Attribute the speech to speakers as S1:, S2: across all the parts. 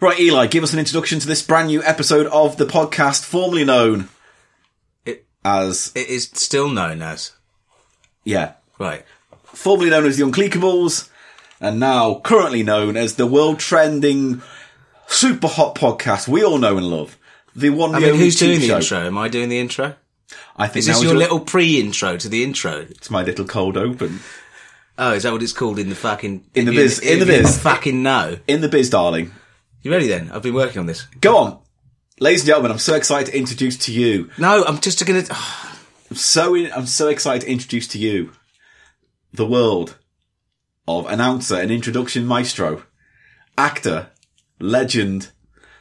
S1: Right, Eli, give us an introduction to this brand new episode of the podcast formerly known
S2: It-
S1: as,
S2: It is still known as.
S1: yeah,
S2: Right.
S1: formerly known as the Unclickables and now currently known as the world trending super hot podcast we all know and love. The one,
S2: I
S1: the
S2: mean,
S1: only
S2: who's doing
S1: TV
S2: the
S1: show.
S2: intro? Am I doing the intro?
S1: I think
S2: Is this
S1: now
S2: your little pre intro to the intro?
S1: It's my little cold open.
S2: Oh, is that what it's called in the fucking.
S1: In the biz, in the biz.
S2: fucking no.
S1: In the biz, darling.
S2: You ready then? I've been working on this.
S1: Go on. Ladies and gentlemen, I'm so excited to introduce to you.
S2: No, I'm just gonna.
S1: I'm so in, I'm so excited to introduce to you the world of announcer and introduction maestro, actor, legend,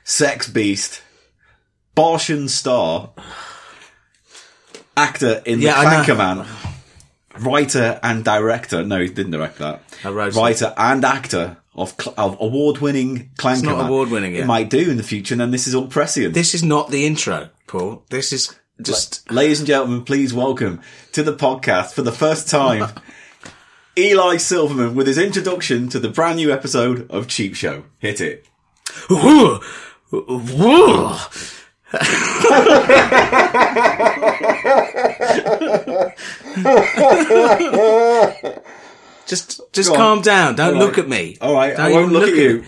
S1: sex beast, Bartian star, actor in
S2: Yeah, I
S1: the
S2: know.
S1: Tanker Man, writer and director. No, he didn't direct that.
S2: I wrote it.
S1: writer and actor of, cl- of award-winning Clanker
S2: not
S1: Man.
S2: award-winning
S1: It
S2: yet.
S1: might do in the future, and then this is all prescient.
S2: This is not the intro, Paul. This is just.
S1: Ladies and gentlemen, please welcome to the podcast for the first time Eli Silverman with his introduction to the brand new episode of Cheap Show. Hit it.
S2: Whoa! Whoa! just just
S1: Go on.
S2: calm down. Don't
S1: All right.
S2: look at me.
S1: All right, I won't
S2: Don't even
S1: look, at you.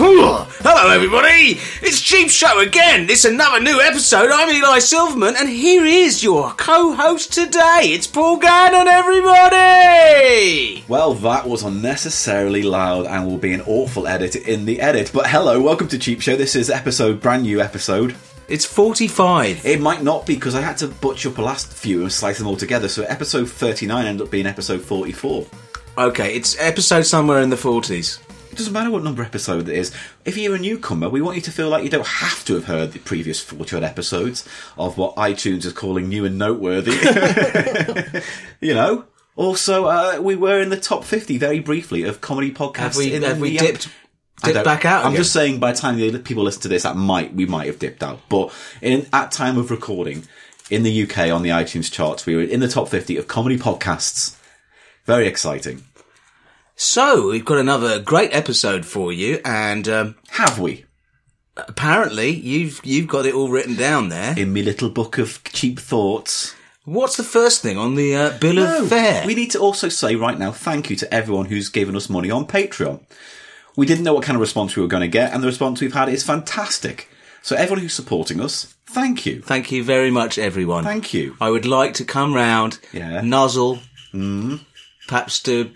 S2: Whoa. Hello, everybody! It's Cheap Show again. It's another new episode. I'm Eli Silverman, and here is your co-host today. It's Paul Gannon, everybody.
S1: Well, that was unnecessarily loud and will be an awful edit in the edit. But hello, welcome to Cheap Show. This is episode, brand new episode.
S2: It's forty-five.
S1: It might not be because I had to butch up the last few and slice them all together. So episode 39 ended up being episode 44.
S2: Okay, it's episode somewhere in the forties.
S1: It doesn't matter what number episode it is. If you're a newcomer, we want you to feel like you don't have to have heard the previous 40 odd episodes of what iTunes is calling new and noteworthy. you know? Also, uh, we were in the top 50 very briefly of comedy podcasts.
S2: Have we,
S1: in
S2: have
S1: the-
S2: we dipped,
S1: I
S2: dipped
S1: don't-
S2: back out?
S1: I'm
S2: again?
S1: just saying, by the time the people listen to this, that might we might have dipped out. But in at time of recording in the UK on the iTunes charts, we were in the top 50 of comedy podcasts. Very exciting.
S2: So we've got another great episode for you, and um,
S1: Have we?
S2: apparently you've you've got it all written down there.
S1: in my little book of cheap thoughts.
S2: What's the first thing on the uh, bill of fare?
S1: We need to also say right now thank you to everyone who's given us money on Patreon. We didn't know what kind of response we were going to get, and the response we've had is fantastic. So everyone who's supporting us, thank you.
S2: Thank you very much, everyone.
S1: Thank you.
S2: I would like to come round,
S1: Yeah. Mm.
S2: nuzzle, perhaps do.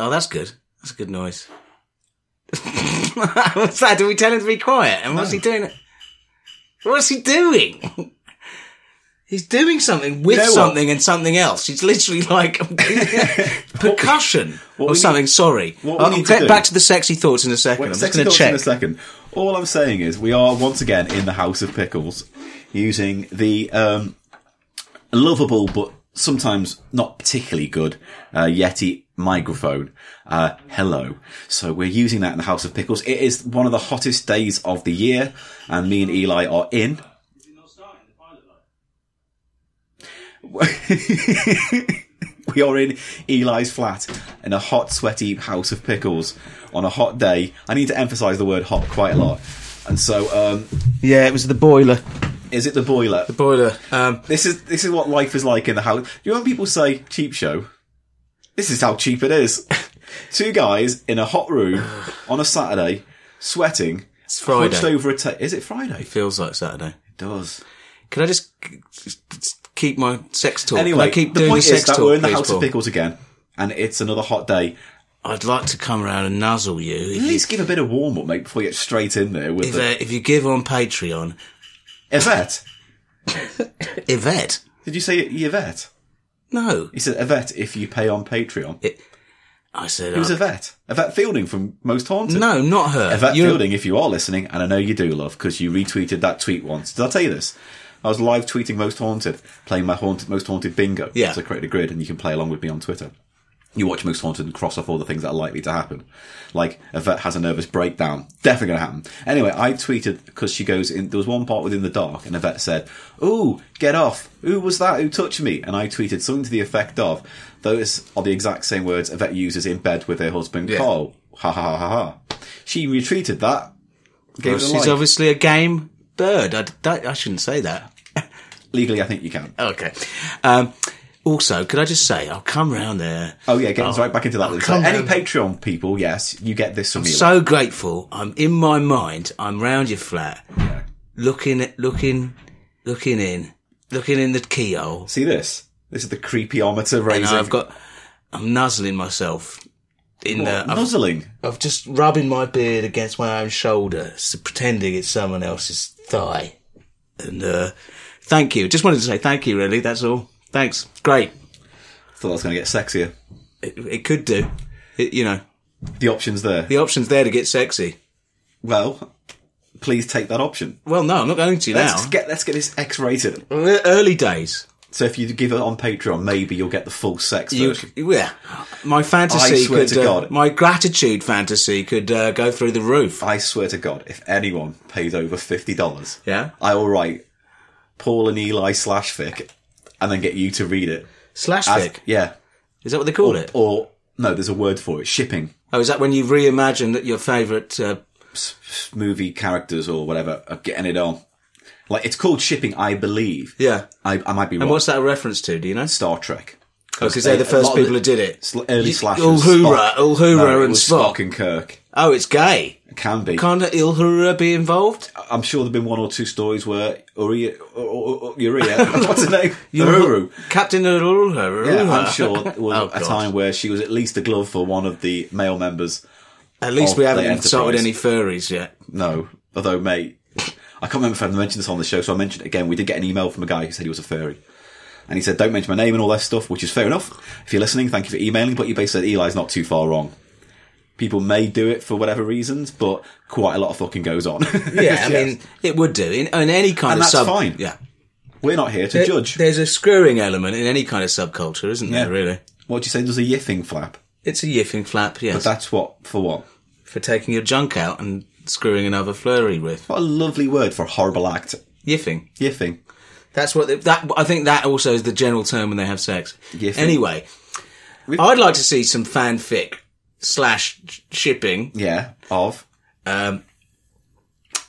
S2: Oh, that's good. That's a good noise. What's that? Did we tell him to be quiet? And what's he doing? What's he doing? He's doing something with
S1: know what?
S2: something and something else. He's literally like percussion
S1: we
S2: or
S1: need-
S2: something. Sorry.
S1: what we
S2: I'll
S1: need to
S2: get
S1: do-
S2: back to the sexy thoughts in a second. I'm just
S1: Sexy
S2: going to
S1: thoughts in
S2: check.
S1: a second. All I'm saying is we are once again in the House of Pickles using the um, lovable but sometimes not particularly good uh, Yeti microphone. Uh, hello. So we're using that in the House of Pickles. It is one of the hottest days of the year, and me and Eli are in. We are in Eli's flat in a hot, sweaty house of pickles on a hot day. I need to emphasise the word hot quite a lot. And so, um,
S2: Yeah, it was the boiler.
S1: is it the boiler?
S2: Boiler. Um,
S1: This is this is what life is like in the house. You know when people say cheap show? This is how cheap it is. Two guys in a hot room on a Saturday, sweating,
S2: it's Friday.
S1: hunched over a ta- Is it Friday? It
S2: feels like Saturday.
S1: does.
S2: Can I just k- keep my sex talk?
S1: Anyway,
S2: Can I keep
S1: the
S2: doing
S1: point
S2: the sex
S1: is that
S2: talk,
S1: we're in the
S2: please,
S1: house
S2: Paul?
S1: of pickles again, and it's another hot day.
S2: I'd like to come round and nuzzle you if,
S1: At
S2: you,
S1: least give a bit of warm up, mate, before you get straight in there with
S2: if,
S1: the
S2: uh, if you give on Patreon.
S1: Yvette.
S2: Yvette?
S1: Did you say Yvette?
S2: No.
S1: He said Yvette if you pay on Patreon.
S2: I said,
S1: Who's
S2: uh,
S1: Yvette? Yvette Fielding from Most Haunted.
S2: no, not her.
S1: Yvette
S2: You're-
S1: Fielding, if you are listening, and I know you do, love, because you retweeted that tweet once. Did I tell you this? I was live tweeting Most Haunted, playing my haunted, Most Haunted bingo.
S2: Yeah.
S1: So I created a grid, and you can play along with me on Twitter. you watch Most Haunted and cross off all the things that are likely to happen. Like, a vet has a nervous breakdown. Definitely gonna happen. Anyway, I tweeted, because she goes in, there was one part within the dark, and a vet said, Ooh, get off. Who was that? Who touched me? And I tweeted something to the effect of, those are the exact same words a vet uses in bed with her husband,
S2: Yeah.
S1: Carl. Ha ha ha ha ha. She retweeted that. Gave it a
S2: She's
S1: like.
S2: obviously a game bird. I, that, I shouldn't say that.
S1: Legally, I think you can.
S2: Okay. Um, also, could I just say, I'll come round there.
S1: Oh yeah, getting us right back into that. So
S2: come
S1: any
S2: on.
S1: Patreon people, yes, you get this from me.
S2: So grateful. I'm in my mind. I'm round your flat, looking at, looking, looking in, looking in the keyhole.
S1: See this? This is the creepyometer
S2: And
S1: raising.
S2: I've got, I'm nuzzling myself in
S1: What,
S2: the, I've,
S1: nuzzling.
S2: I've just rubbing my beard against my own shoulder, s- pretending it's someone else's thigh. And, uh, thank you. Just wanted to say thank you, really. That's all. Thanks. Great.
S1: Thought that was going to get sexier.
S2: It, it could do. It, you know,
S1: The option's there.
S2: the option's there to get sexy.
S1: well, please take that option.
S2: Well, no, I'm not going to now.
S1: Let's get let's get this X-rated.
S2: Early days.
S1: So if you give it on Patreon, maybe you'll get the full sex
S2: You,
S1: version.
S2: yeah. My fantasy
S1: I swear
S2: could.
S1: to
S2: uh,
S1: God.
S2: My gratitude fantasy could uh, go through the roof.
S1: I swear to God, if anyone pays over fifty dollars,
S2: Yeah.
S1: I will write Paul and Eli slash fic, and then get you to read it.
S2: Slash
S1: As-
S2: fic.
S1: yeah.
S2: Is that what they
S1: Oh,
S2: call it?
S1: Or no, there's a word for it. Shipping.
S2: Oh, is that when you reimagine that your favourite. Uh,
S1: movie characters or whatever are getting it on. Like it's called shipping, I believe.
S2: Yeah.
S1: I, I might be wrong.
S2: what's that a reference to? Do you know?
S1: Star Trek?
S2: Because they're the
S1: Oh, a
S2: first
S1: lot of
S2: people who did it.
S1: sl- early slashers.
S2: Uhura,
S1: Spock.
S2: Uhura
S1: No, it
S2: and
S1: was
S2: Spock.
S1: Spock and Kirk
S2: Oh, it's gay.
S1: can be.
S2: Can't Ilhura be involved?
S1: I'm sure there've been one or two stories where Uri, U- U- U- Uria, uh, what's her name? Uhuru.
S2: Captain Uhura.
S1: Yeah, I'm sure there was
S2: Oh,
S1: a
S2: God.
S1: time where she was at least a glove for one of the male members.
S2: At least
S1: of
S2: we
S1: Oh, the
S2: haven't insulted any
S1: Enterprise.
S2: furries yet.
S1: No, although mate, I can't remember if I mentioned this on the show, so I mentioned it again. We did get an email from a guy who said he was a furry. And he said, don't mention my name and all that stuff, which is fair enough. If you're listening, thank you for emailing, but you basically said Eli's not too far wrong. People may do it for whatever reasons, but quite a lot of fucking goes on.
S2: Yeah, I
S1: Yes.
S2: mean, it would do in, in any kind
S1: And
S2: of
S1: that's
S2: sub.
S1: fine.
S2: Yeah,
S1: We're not here to judge.
S2: There's a screwing element in any kind of subculture, isn't there?
S1: Yeah.
S2: Really,
S1: what do you say? There's a yiffing flap.
S2: it's a yiffing flap. Yes,
S1: That's what, for what?
S2: for taking your junk out and screwing another flurry with
S1: What a lovely word for a horrible act.
S2: yiffing.
S1: Yiffing.
S2: That's what they, that I think that also is the general term when they have sex.
S1: Yiffing.
S2: Anyway,
S1: We've-
S2: I'd like to see some fanfic slash sh- shipping.
S1: Yeah, of.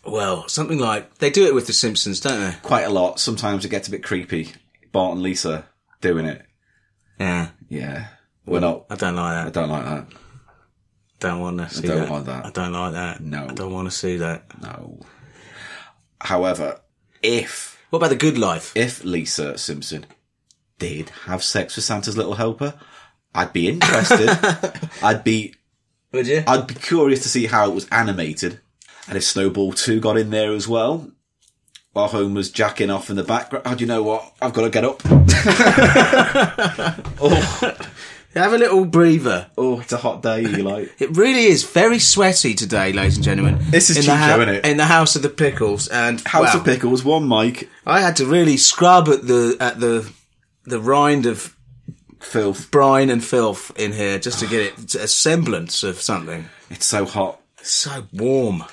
S2: Well, something like they do it with the Simpsons, don't they?
S1: Quite a lot. Sometimes it gets a bit creepy. Bart and Lisa doing it.
S2: Yeah,
S1: Yeah. We're not.
S2: I don't like that.
S1: I don't like that.
S2: Don't want to see
S1: don't
S2: that.
S1: want that.
S2: I don't like that.
S1: No.
S2: I don't want to see that.
S1: No. However, if
S2: What about the good life?
S1: if Lisa Simpson did have sex with Santa's little helper, I'd be interested. I'd be
S2: Would you?
S1: I'd be curious to see how it was animated, and if Snowball Two got in there as well. While Homer's jacking off in the background, how do you know what? I've got to get up.
S2: Have a little breather.
S1: Oh, it's a hot day, Eli.
S2: It really is very sweaty today, ladies and gentlemen.
S1: This is
S2: in
S1: cheap
S2: the hou-
S1: show, innit?
S2: In the house of the pickles, and
S1: House
S2: wow,
S1: of Pickles, one mic,
S2: I had to really scrub at the at the the rind of
S1: filth.
S2: brine and filth in here just to get it a semblance of something.
S1: It's so hot.
S2: So warm.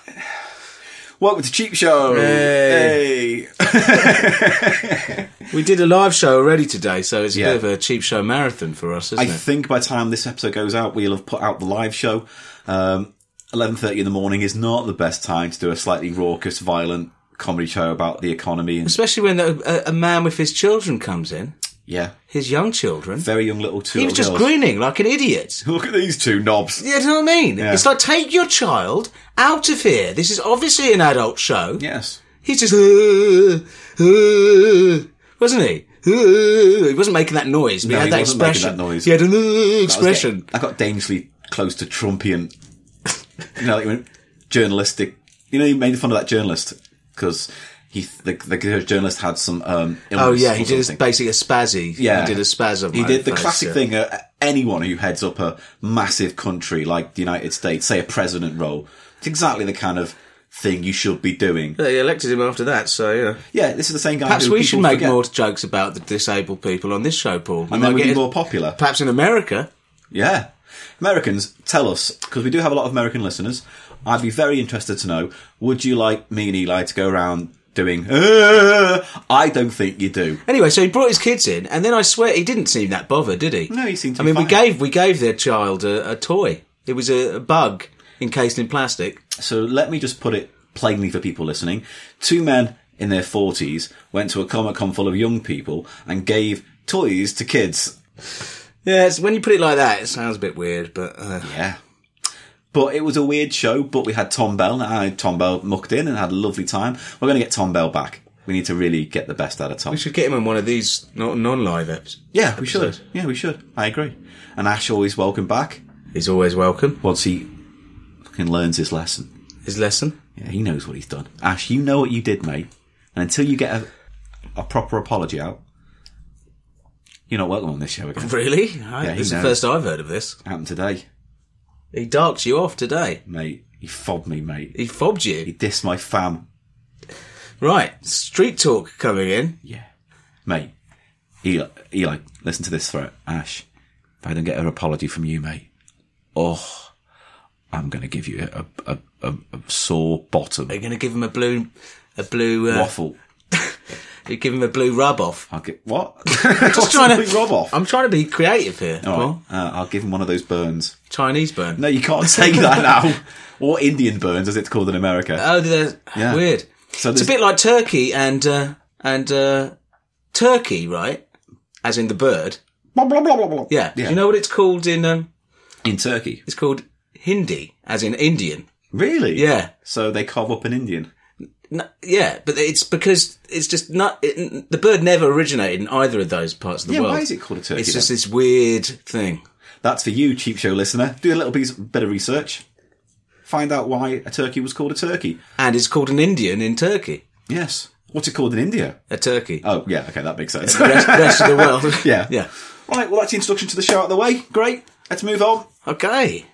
S1: Welcome to Cheap Show.
S2: Hey.
S1: hey.
S2: We did a live show already today, so it's a
S1: Yeah.
S2: bit of a cheap show marathon for us, isn't
S1: I
S2: it?
S1: think by the time this episode goes out, we'll have put out the live show. Um, Eleven thirty in the morning is not the best time to do a slightly raucous, violent comedy show about the economy. And
S2: Especially when a, a, a man with his children comes in,
S1: yeah,
S2: his young children.
S1: very young little two.
S2: He was just
S1: girls.
S2: grinning like an idiot.
S1: Look at these two knobs.
S2: You know what I mean?
S1: Yeah.
S2: It's like take your child out of here. This is obviously an adult show.
S1: Yes,
S2: He's just "Uh, uh," wasn't he? "Uh," He wasn't making that noise. But
S1: No,
S2: he had
S1: he
S2: that
S1: wasn't making
S2: expression.
S1: that noise.
S2: He had an "Uh,"
S1: I was
S2: expression.
S1: getting- I got dangerously close to Trumpian. you know, like when journalistic. You know, he made fun of that journalist because he the, the journalist had some. Um, illness
S2: Oh yeah,
S1: or
S2: he did
S1: something.
S2: a, basically a spazzy.
S1: Yeah.
S2: he did a spasm.
S1: He did the classic thing uh, anyone who heads up a massive country like the United States, say a president role, it's exactly the kind of thing you should be doing.
S2: They elected him after that, so yeah.
S1: Yeah, this is the same guy.
S2: Perhaps
S1: who
S2: we
S1: people
S2: should make
S1: forget,
S2: more jokes about the disabled people on this show, Paul. We
S1: And
S2: might
S1: then we'd
S2: get
S1: be
S2: it-
S1: more popular.
S2: Perhaps in America,
S1: Yeah. Americans, tell us, because we do have a lot of American listeners. I'd be very interested to know would you like me and Eli to go around doing, "Uh," I don't think you do.
S2: Anyway, so he brought his kids in, and then I swear he didn't seem that bothered, did he?
S1: No, he seemed to
S2: I
S1: be
S2: mean, we
S1: fine.
S2: gave we gave their child a, a toy. It was a, a bug encased in plastic.
S1: So let me just put it plainly for people listening. Two men in their 40s went to a Comic Con full of young people and gave toys to kids.
S2: Yeah, it's, when you put it like that, it sounds a bit weird, but uh,
S1: Yeah. But it was a weird show, but we had Tom Bell. and I Tom Bell mucked in and had a lovely time. We're going to get Tom Bell back. We need to really get the best out of Tom.
S2: we should get him on one of these non live apps.
S1: Yeah, we should.
S2: episode.
S1: Yeah, we should. I agree. And Ash always welcome back
S2: He's always welcome.
S1: once he fucking learns his lesson.
S2: His lesson.
S1: Yeah, he knows what he's done. Ash, you know what you did, mate. And until you get a, a proper apology out, you're not welcome on this show again.
S2: Really?
S1: Yeah, he
S2: this is the
S1: knows.
S2: first I've heard of this.
S1: Happened today,
S2: He darks you off today.
S1: mate. He fobbed me, mate.
S2: He fobbed
S1: He
S2: you.
S1: dissed my fam.
S2: Right, street talk coming in.
S1: Yeah. Mate, Eli, Eli, listen to this for Ash. If I don't get an apology from you, mate, oh, I'm going to give you a, a, a, a sore bottom.
S2: They're going to give him a blue, a blue. Uh,
S1: Waffle.
S2: you give him a blue rub off.
S1: I'll get what?
S2: Just trying to
S1: rob off.
S2: I'm trying to be creative here.
S1: All right,
S2: Paul.
S1: uh, I'll give him one of those burns.
S2: Chinese burn.
S1: No, you can't take that now. Or Indian burns, as it's called in America.
S2: Oh, they're
S1: Yeah.
S2: weird.
S1: So
S2: it's a
S1: there's-
S2: bit like turkey and uh, and uh, turkey, right? As in the bird.
S1: blah blah blah blah blah.
S2: Yeah. Do you know what it's called in? Um,
S1: in Turkey,
S2: it's called Hindi, as in Indian.
S1: really?
S2: Yeah.
S1: So they carve up an Indian.
S2: No, yeah, but it's because it's just not it, the bird never originated in either of those parts of the
S1: Yeah.
S2: world.
S1: Why is it called a turkey?
S2: It's
S1: then?
S2: just this weird thing.
S1: That's for you, cheap show listener. Do a little piece, bit of research. Find out why a turkey was called a turkey.
S2: And it's called an Indian in Turkey.
S1: Yes. What's it called in India?
S2: A turkey.
S1: Oh, yeah. Okay, that makes sense.
S2: The rest, rest of the world.
S1: yeah.
S2: Yeah.
S1: Right. Well, that's the introduction to the show out of the way. Great. Let's move on.
S2: Okay.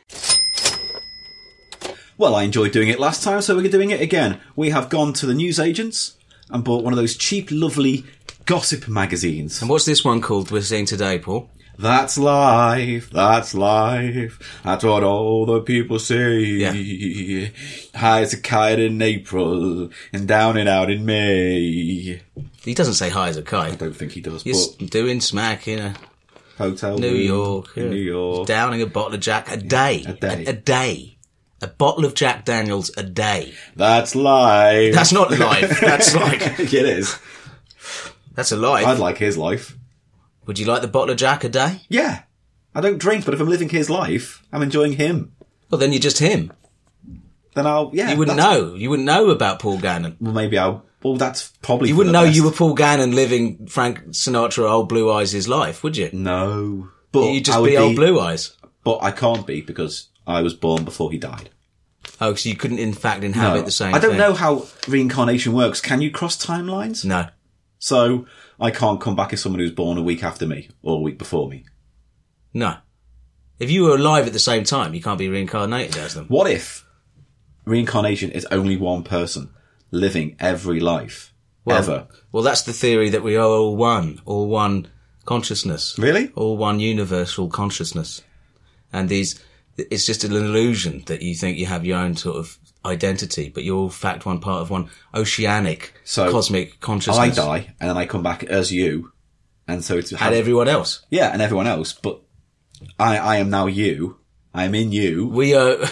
S1: Well, I enjoyed doing it last time, so we're doing it again. We have gone to the newsagents and bought one of those cheap, lovely gossip magazines.
S2: And what's this one called we're seeing today, Paul?
S1: That's life, that's life, that's what all the people say. High as a kite in April and down and out in May.
S2: He doesn't say hi as a kite.
S1: Don't think he does,
S2: He's doing smack in a
S1: but hotel
S2: New
S1: room
S2: York.
S1: in
S2: yeah.
S1: New York.
S2: Downing a bottle of Jack a day. A
S1: day.
S2: A, day. A bottle of Jack Daniels a day.
S1: That's life.
S2: That's not life. That's like,
S1: it is.
S2: that's a life.
S1: I'd like his life.
S2: Would you like the bottle of Jack a day?
S1: Yeah. I don't drink, but if I'm living his life, I'm enjoying him.
S2: Well, then you're just him.
S1: Then I'll, yeah.
S2: You wouldn't
S1: that's-
S2: know. You wouldn't know about Paul Gannon.
S1: Well, maybe I'll. Well, that's probably.
S2: You wouldn't know you were Paul Gannon living Frank Sinatra old blue eyes his life, would you?
S1: No. But
S2: You'd
S1: I
S2: just
S1: would
S2: be, old blue eyes.
S1: But I can't be because I was born before he died.
S2: Oh, so you couldn't in fact inhabit the same
S1: I don't
S2: thing.
S1: know how reincarnation works. Can you cross timelines?
S2: No.
S1: So I can't come back as someone who's born a week after me or a week before me.
S2: No. If you were alive at the same time, you can't be reincarnated as them.
S1: What if reincarnation is only one person living every life ever?
S2: Um, Well, that's the theory that we are all one, all one consciousness,
S1: Really?
S2: all one universal consciousness. And these, it's just an illusion that you think you have your own sort of identity, but you're in fact one part of one oceanic,
S1: So,
S2: cosmic
S1: I
S2: consciousness.
S1: die and then I come back as you, and so it's
S2: And everyone else.
S1: yeah, and everyone else. But I, I am now you. I am in you.
S2: We uh, are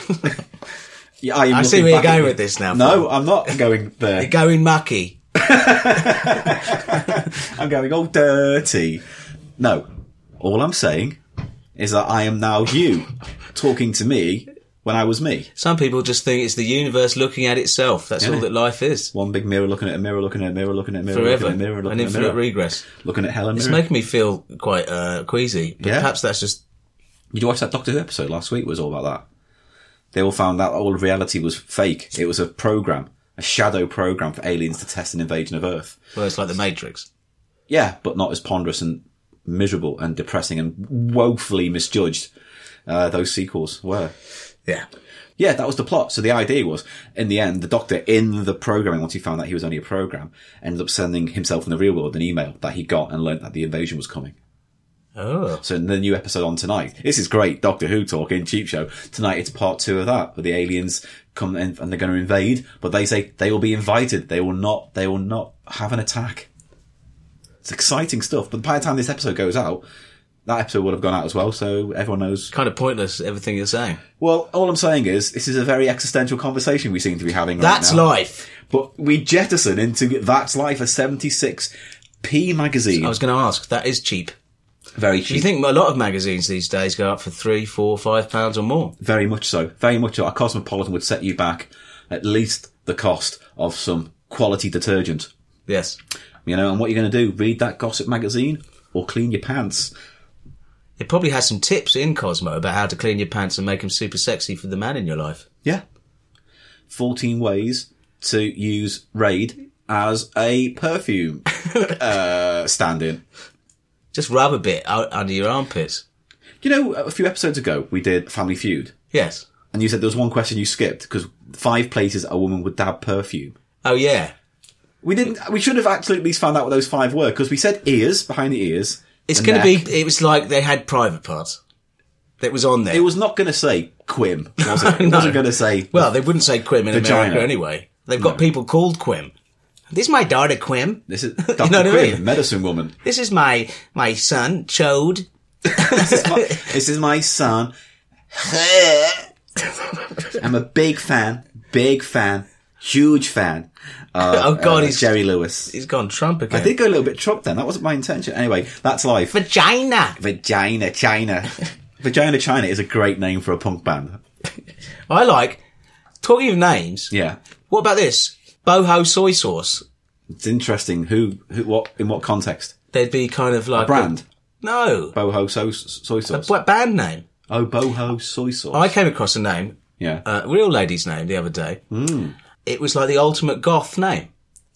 S1: Yeah, I, am
S2: I see
S1: looking
S2: where
S1: back
S2: you're
S1: at
S2: going
S1: you.
S2: with this now,
S1: No, I'm not going there.
S2: going mucky.
S1: I'm going all dirty. No, all I'm saying is that I am now you talking to me when I was me.
S2: Some people just think it's the universe looking at itself. That's all that life is.
S1: One big mirror looking at a mirror, looking at a mirror, looking at a mirror,
S2: Forever.
S1: looking at a mirror,
S2: An
S1: looking at a
S2: infinite
S1: mirror,
S2: regress.
S1: looking at Helen.
S2: It's
S1: Mirror.
S2: making me feel quite uh, queasy, but
S1: Yeah.
S2: perhaps that's just
S1: Did you watch that Doctor Who episode last week? It was all about that. They all found out all of reality was fake. It was a program, a shadow program for aliens to test an invasion of Earth.
S2: well, it's like the Matrix.
S1: Yeah, but not as ponderous and miserable and depressing and woefully misjudged. Uh, those sequels were.
S2: Yeah,
S1: Yeah, that was the plot. So the idea was, in the end, the doctor in the programming, once he found out he was only a program, ended up sending himself in the real world an email that he got and learnt that the invasion was coming.
S2: Oh.
S1: So in the new episode on tonight, this is great. Doctor Who talk in Cheap Show tonight. It's part two of that, where the aliens come in and they're going to invade, but they say they will be invited. They will not. They will not have an attack. It's exciting stuff. But by the time this episode goes out, that episode will have gone out as well. So everyone knows.
S2: Kind of pointless, everything you're saying.
S1: Well, all I'm saying is this is a very existential conversation we seem to be having. right
S2: That's
S1: now.
S2: life.
S1: But we jettison into That's Life, a 76p magazine.
S2: I was going to ask. That is cheap.
S1: very
S2: Do you
S1: cheap.
S2: think a lot of magazines these days go up for three, four, five pounds or more?
S1: Very much so. Very much so. A Cosmopolitan would set you back at least the cost of some quality detergent.
S2: Yes.
S1: You know, and what you're going to do? Read that gossip magazine or clean your pants?
S2: It probably has some tips in Cosmo about how to clean your pants and make them super sexy for the man in your life.
S1: Yeah. 14 ways to use Raid as a perfume uh, stand in.
S2: Just rub a bit out under your armpits.
S1: You know, a few episodes ago, we did Family Feud,
S2: Yes.
S1: and you said there was one question you skipped because five places a woman would dab perfume.
S2: Oh yeah.
S1: We didn't. We should have actually at least found out what those five were because we said ears behind the ears.
S2: It's
S1: the
S2: going to
S1: neck.
S2: be. It was like they had private parts. That was on there.
S1: It was not going to say quim, was it? It wasn't going to say.
S2: well, they wouldn't say quim in
S1: Vagina.
S2: America anyway. They've got people called quim. This is my daughter quim.
S1: this is Dr.
S2: know what I
S1: Quim,
S2: mean?
S1: medicine woman.
S2: This is my my son Chode.
S1: This is my, this is my son. I'm a big fan, big fan, huge fan. Of,
S2: Oh, God,
S1: uh,
S2: he's-
S1: Jerry Lewis.
S2: He's gone Trump again.
S1: I did go a little bit Trump then. That wasn't my intention. Anyway, that's life.
S2: Vagina.
S1: Vagina China. Vagina China is a great name for a punk band.
S2: I like. Talking of names,
S1: Yeah,
S2: what about this boho soy sauce?
S1: it's interesting. Who, who, what, in what context?
S2: There'd be kind of like a-
S1: Brand.
S2: no,
S1: Boho so- soy sauce.
S2: what band name?
S1: Oh, boho soy sauce.
S2: Uh, I came across a name,
S1: yeah.
S2: a real lady's name, the other day.
S1: Hmm.
S2: It was like the ultimate goth name.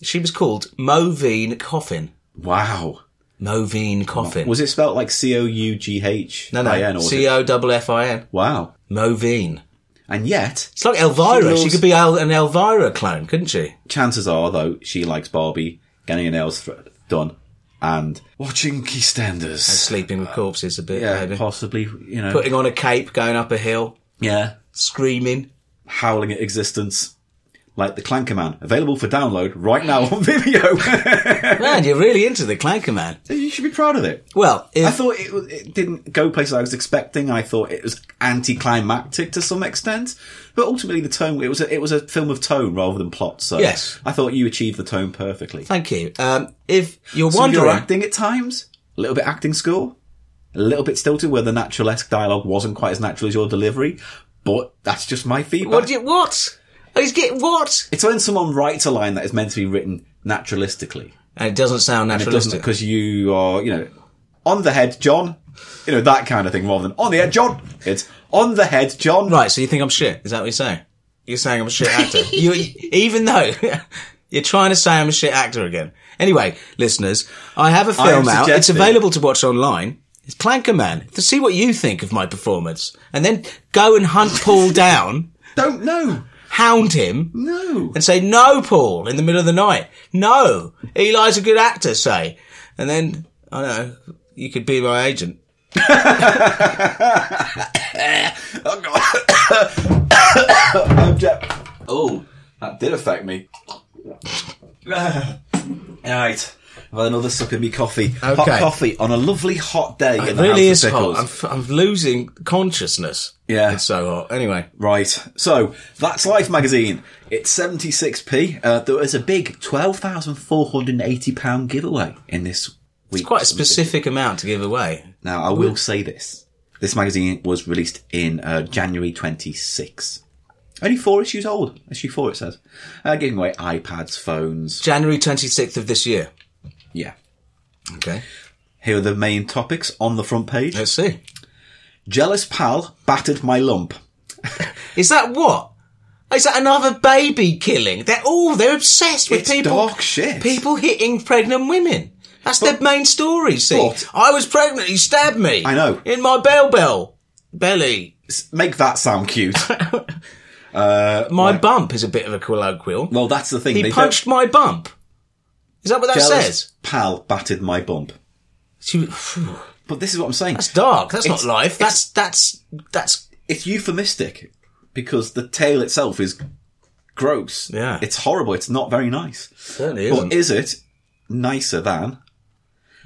S2: She was called Moveen Coffin.
S1: wow.
S2: Moveen Coffin.
S1: Was it spelt like C O U G H
S2: no,
S1: I N
S2: no,
S1: or was
S2: C
S1: it?
S2: O double F I N.
S1: Wow.
S2: Moveen.
S1: And yet,
S2: It's like Elvira.
S1: She
S2: She,
S1: knows-
S2: could be El- an Elvira clone, couldn't she?
S1: chances are though she likes Barbie, getting her nails thr- done, and watching Keystanders.
S2: Sleeping with corpses a bit,
S1: Uh, Yeah,
S2: maybe.
S1: possibly. You know.
S2: Putting on a cape, going up a hill,
S1: yeah.
S2: screaming.
S1: Howling at existence. Like the Clanker Man, available for download right now on Vimeo.
S2: Man, you're really into the Clanker Man.
S1: you should be proud of it.
S2: Well,
S1: I
S2: if,
S1: thought it, was- it didn't go places I was expecting. I thought it was anticlimactic to some extent, but ultimately the tone it was a, it was a film of tone rather than plot. So
S2: Yes.
S1: I thought you achieved the tone perfectly.
S2: thank you. Um, if you're
S1: Some of your
S2: wondering,
S1: acting at times, a little bit acting school, a little bit stilted, where the naturalesque dialogue wasn't quite as natural as your delivery. But that's just my feedback.
S2: what? Do you, what? Oh, he's getting what?
S1: it's when someone writes a line that is meant to be written naturalistically.
S2: And it doesn't sound
S1: It doesn't
S2: naturalistic.
S1: because you are, you know, on the head, John. You know that kind of thing, rather than on the head, John. It's on the head, John.
S2: Right, so you think I'm shit? Is that what you're saying? You're saying I'm a shit actor. you, even though you're trying to say I'm a shit actor again. Anyway, listeners, I have a film out. It's
S1: suggesting-
S2: available to watch online. It's Planker Man to see what you think of my performance, and then go and hunt Paul down,
S1: Don't know.
S2: hound him,
S1: No.
S2: and say no, Paul, in the middle of the night. No, Eli's a good actor. Say, and then I don't know. You could be my agent.
S1: Oh god. I'm Jeff. Oh, that did affect me. Ah. right. I've had another sip of me coffee. Hot
S2: Okay.
S1: coffee on a lovely hot day. in
S2: It
S1: the
S2: really is
S1: House of
S2: hot.
S1: Pickles.
S2: I'm, f- I'm losing consciousness.
S1: Yeah.
S2: it's so hot. Anyway.
S1: Right. So that's Life magazine. It's 76p. Uh, there was a big £12,480 giveaway in this week.
S2: Quite a specific amount to give away.
S1: Now, I will say this. This magazine was released in uh, January 26. Only four issues old. Issue four, it says. Uh, giving away iPads, phones.
S2: January 26th of this year.
S1: Yeah.
S2: Okay.
S1: Here are the main topics on the front page.
S2: Let's see.
S1: Jealous pal battered my lump.
S2: Is that what? Is that another baby killing? They're all, they're obsessed with
S1: It's
S2: people.
S1: dark shit.
S2: People hitting pregnant women. That's their main story, see?
S1: But-
S2: I was pregnant, he stabbed me.
S1: I know.
S2: In my bell bell. Belly.
S1: S- Make that sound cute.
S2: My bump is a bit of a colloquial.
S1: Uh, well, that's the thing.
S2: he
S1: they don't-
S2: punched my bump. Is that what that
S1: Jealous
S2: says?
S1: pal battered my bump.
S2: She, phew.
S1: But this is what I'm saying.
S2: That's dark. That's
S1: It's-
S2: not life. That's that's that's
S1: It's euphemistic because the tale itself is gross.
S2: Yeah.
S1: It's horrible. It's not very nice.
S2: certainly
S1: But is it nicer than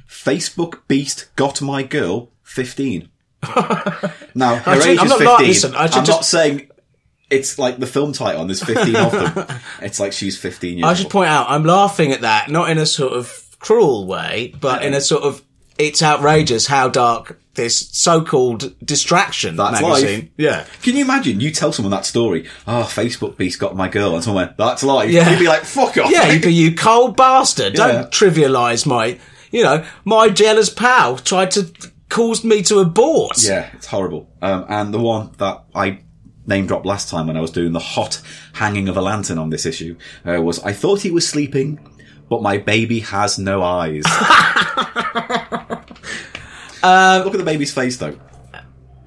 S1: Facebook Beast Got My Girl 15? now, her
S2: should-
S1: age
S2: I'm
S1: is
S2: not
S1: 15.
S2: lying, listen, I
S1: I'm
S2: should
S1: not
S2: just-
S1: saying it's like the film title, and there's 15 of them. It's like she's 15 years
S2: I
S1: old.
S2: should point out, I'm laughing at that, not in a sort of cruel way, but in a sort of it's outrageous how dark this so-called distraction
S1: That's
S2: magazine.
S1: life.
S2: Yeah,
S1: Can you imagine? You tell someone that story. Oh, Facebook Beast Got My Girl. And someone went, that's life.
S2: Yeah.
S1: You'd be like, fuck off.
S2: yeah, you, be- you cold bastard!
S1: Yeah.
S2: Don't trivialise my, you know, my jealous pal tried to caused me to abort.
S1: Yeah, it's horrible. Um, and the one that I name dropped last time when I was doing the hot hanging of a lantern on this issue uh, was I thought he was sleeping, but my baby has no eyes. Uh, Look at the baby's face though.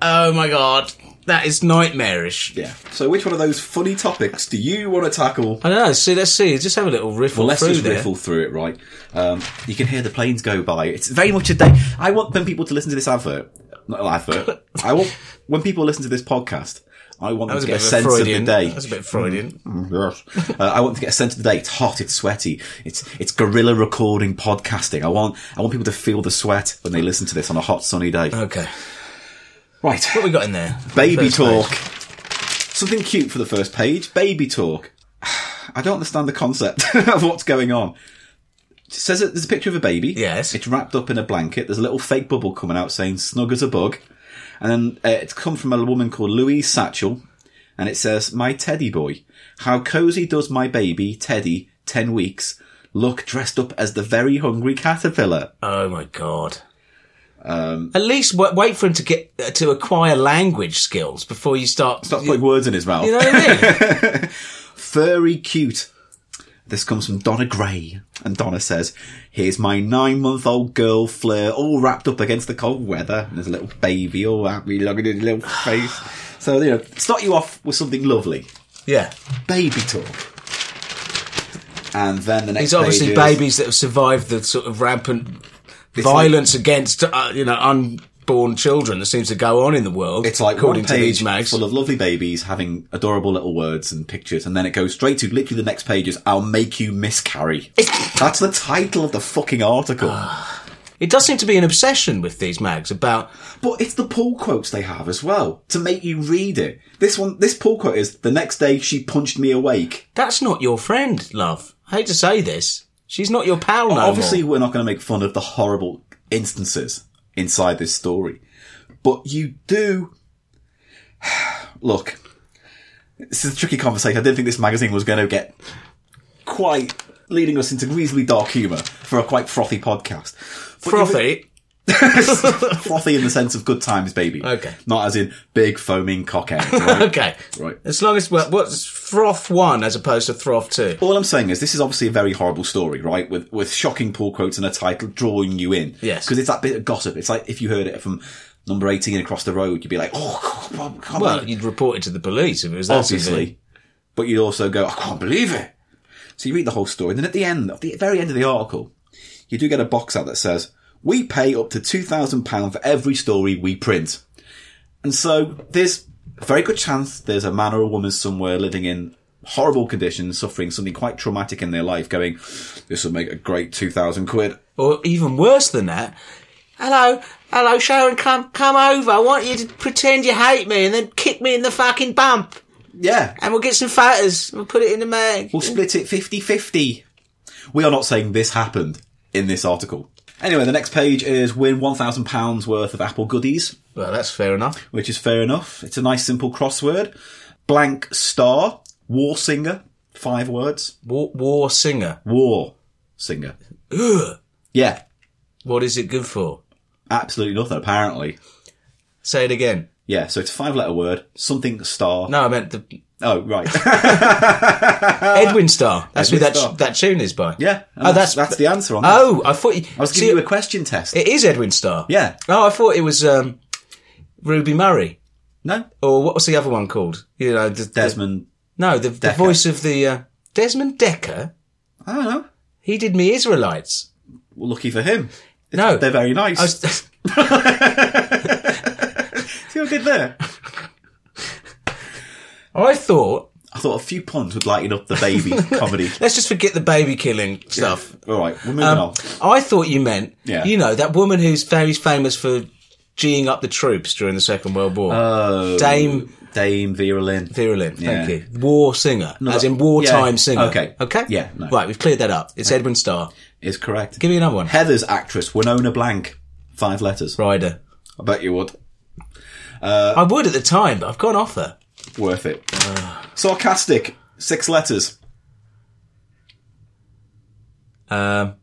S2: Oh my god, that is nightmarish.
S1: Yeah. So, which one of those funny topics do you want to tackle?
S2: I don't know. See, let's see. Just have a little riffle
S1: Well, let's
S2: through
S1: just
S2: there.
S1: riffle through it, right? Um, you can hear the planes go by. It's very much a day. I want when people to listen to this advert, not an advert. I want when people listen to this podcast. I want
S2: That
S1: them
S2: was
S1: to get a
S2: a bit of a
S1: sense of the
S2: Freudian.
S1: day.
S2: That was a bit Freudian.
S1: Yes. Uh, I want to get a sense of the day. It's hot. It's sweaty. It's it's guerrilla recording podcasting. I want I want people to feel the sweat when they listen to this on a hot sunny day.
S2: Okay,
S1: right,
S2: what we got in there?
S1: baby
S2: First
S1: talk.
S2: page.
S1: Something cute for the first page. Baby talk. I don't understand the concept of what's going on. It says that there's a picture of a baby.
S2: Yes.
S1: It's wrapped up in a blanket. There's a little fake bubble coming out saying "snug as a bug," and then uh, it's come from a woman called Louise Satchel, and it says, "My teddy boy, how cozy does my baby Teddy, ten weeks, look dressed up as the very hungry caterpillar?"
S2: Oh my god.
S1: Um,
S2: At least w- wait for him to get uh, to acquire language skills before you start.
S1: Stop putting words in his mouth.
S2: You know what I mean?
S1: furry cute. This comes from Donna Gray. And Donna says, Here's my nine month old girl Fleur all wrapped up against the cold weather. And there's a little baby all happy looking at his little face. So, you know, start you off with something lovely.
S2: yeah,
S1: Baby talk. And then the next
S2: it's obviously
S1: page is-
S2: babies that have survived the sort of rampant
S1: like-
S2: violence against uh, you know unborn children that seems to go on in the world.
S1: It's like
S2: according
S1: one
S2: to
S1: page
S2: these mags.
S1: full of lovely babies having adorable little words and pictures, and then it goes straight to literally the next page is "I'll make you miscarry." That's the title of the fucking article.
S2: Ah. It does seem to be an obsession with these mags about
S1: But it's the pull quotes they have as well to make you read it. This one, this pull quote is the next day she punched me awake.
S2: that's not your friend, love. I hate to say this, she's not your pal no
S1: Obviously,
S2: more.
S1: we're not going to make fun of the horrible instances inside this story, but you do. Look, this is a tricky conversation. I didn't think this magazine was going to get quite leading us into reasonably dark humour for a quite frothy podcast. But you-
S2: Frothy.
S1: frothy in the sense of good times, baby.
S2: Okay.
S1: Not as in big foaming cockhead. Right?
S2: Okay.
S1: Right.
S2: As long as well, what's froth one as opposed to froth two?
S1: All I'm saying is this is obviously a very horrible story, right? With with shocking pull quotes and a title drawing you in.
S2: Yes.
S1: Because it's that bit of gossip. It's like if you heard it from number 18 across the road, you'd be like, oh, c- well, can't
S2: Well,
S1: believe it.
S2: you'd report it to the police if it was that severe.
S1: obviously. But you'd also go, I can't believe it. So you read the whole story. And then at the end, at the very end of the article, you do get a box out that says, we pay up to £2,000 for every story we print. And so there's a very good chance there's a man or a woman somewhere living in horrible conditions, suffering something quite traumatic in their life, going, this will make a great 2,000 quid.
S2: Or even worse than that, hello, hello, Sharon, come, come over. I want you to pretend you hate me and then kick me in the fucking bump.
S1: Yeah.
S2: And we'll get some photos. We'll put it in the mag.
S1: We'll split it 50-50. We are not saying this happened in this article. Anyway, the next page is win £1,000 worth of Apple goodies,
S2: Well, that's fair enough.
S1: which is fair enough. It's a nice simple crossword. Blank star, war singer, five words.
S2: War, war singer.
S1: War singer. Yeah,
S2: What is it good for?
S1: absolutely nothing apparently.
S2: Say it again.
S1: Yeah, so it's a five letter word, something star.
S2: No, I meant the
S1: Oh, right.
S2: Edwin Star. That's
S1: Uh, Edwin
S2: who that
S1: Starr.
S2: sh- that tune is by.
S1: yeah. and
S2: Oh,
S1: that's,
S2: that's,
S1: that's the answer on that.
S2: Oh, I thought you.
S1: I was giving you a question test.
S2: It is Edwin Starr.
S1: Yeah.
S2: Oh, I thought it was um, Ruby Murray.
S1: No?
S2: Or what was the other one called? You know, the, the-
S1: Desmond.
S2: no, the, the voice of the uh, Desmond Decker.
S1: I don't know.
S2: He did me Israelites.
S1: Well, lucky for him.
S2: No.
S1: They're very nice.
S2: I was,
S1: See what I did there?
S2: I thought,
S1: I thought a few puns would lighten up the baby comedy.
S2: let's just forget the baby killing stuff.
S1: All right, we're
S2: Um,
S1: moving on.
S2: I thought you meant,
S1: Yeah.
S2: you know, that woman who's very famous for G'ing up the troops during the Second World War. Dame
S1: Dame Vera Lynn.
S2: Vera Lynn, thank
S1: Oh. Yeah.
S2: you. War singer, as in wartime
S1: yeah,
S2: singer.
S1: okay.
S2: Okay?
S1: Yeah, no.
S2: Right, we've cleared that up. It's Edwin Starr.
S1: Is correct.
S2: Give me another one.
S1: Heather's actress Winona Blank. Five letters.
S2: Ryder.
S1: I bet you would. Uh,
S2: I would at the time, but I've gone off her.
S1: Worth it. Sarcastic. Six letters.
S2: Um,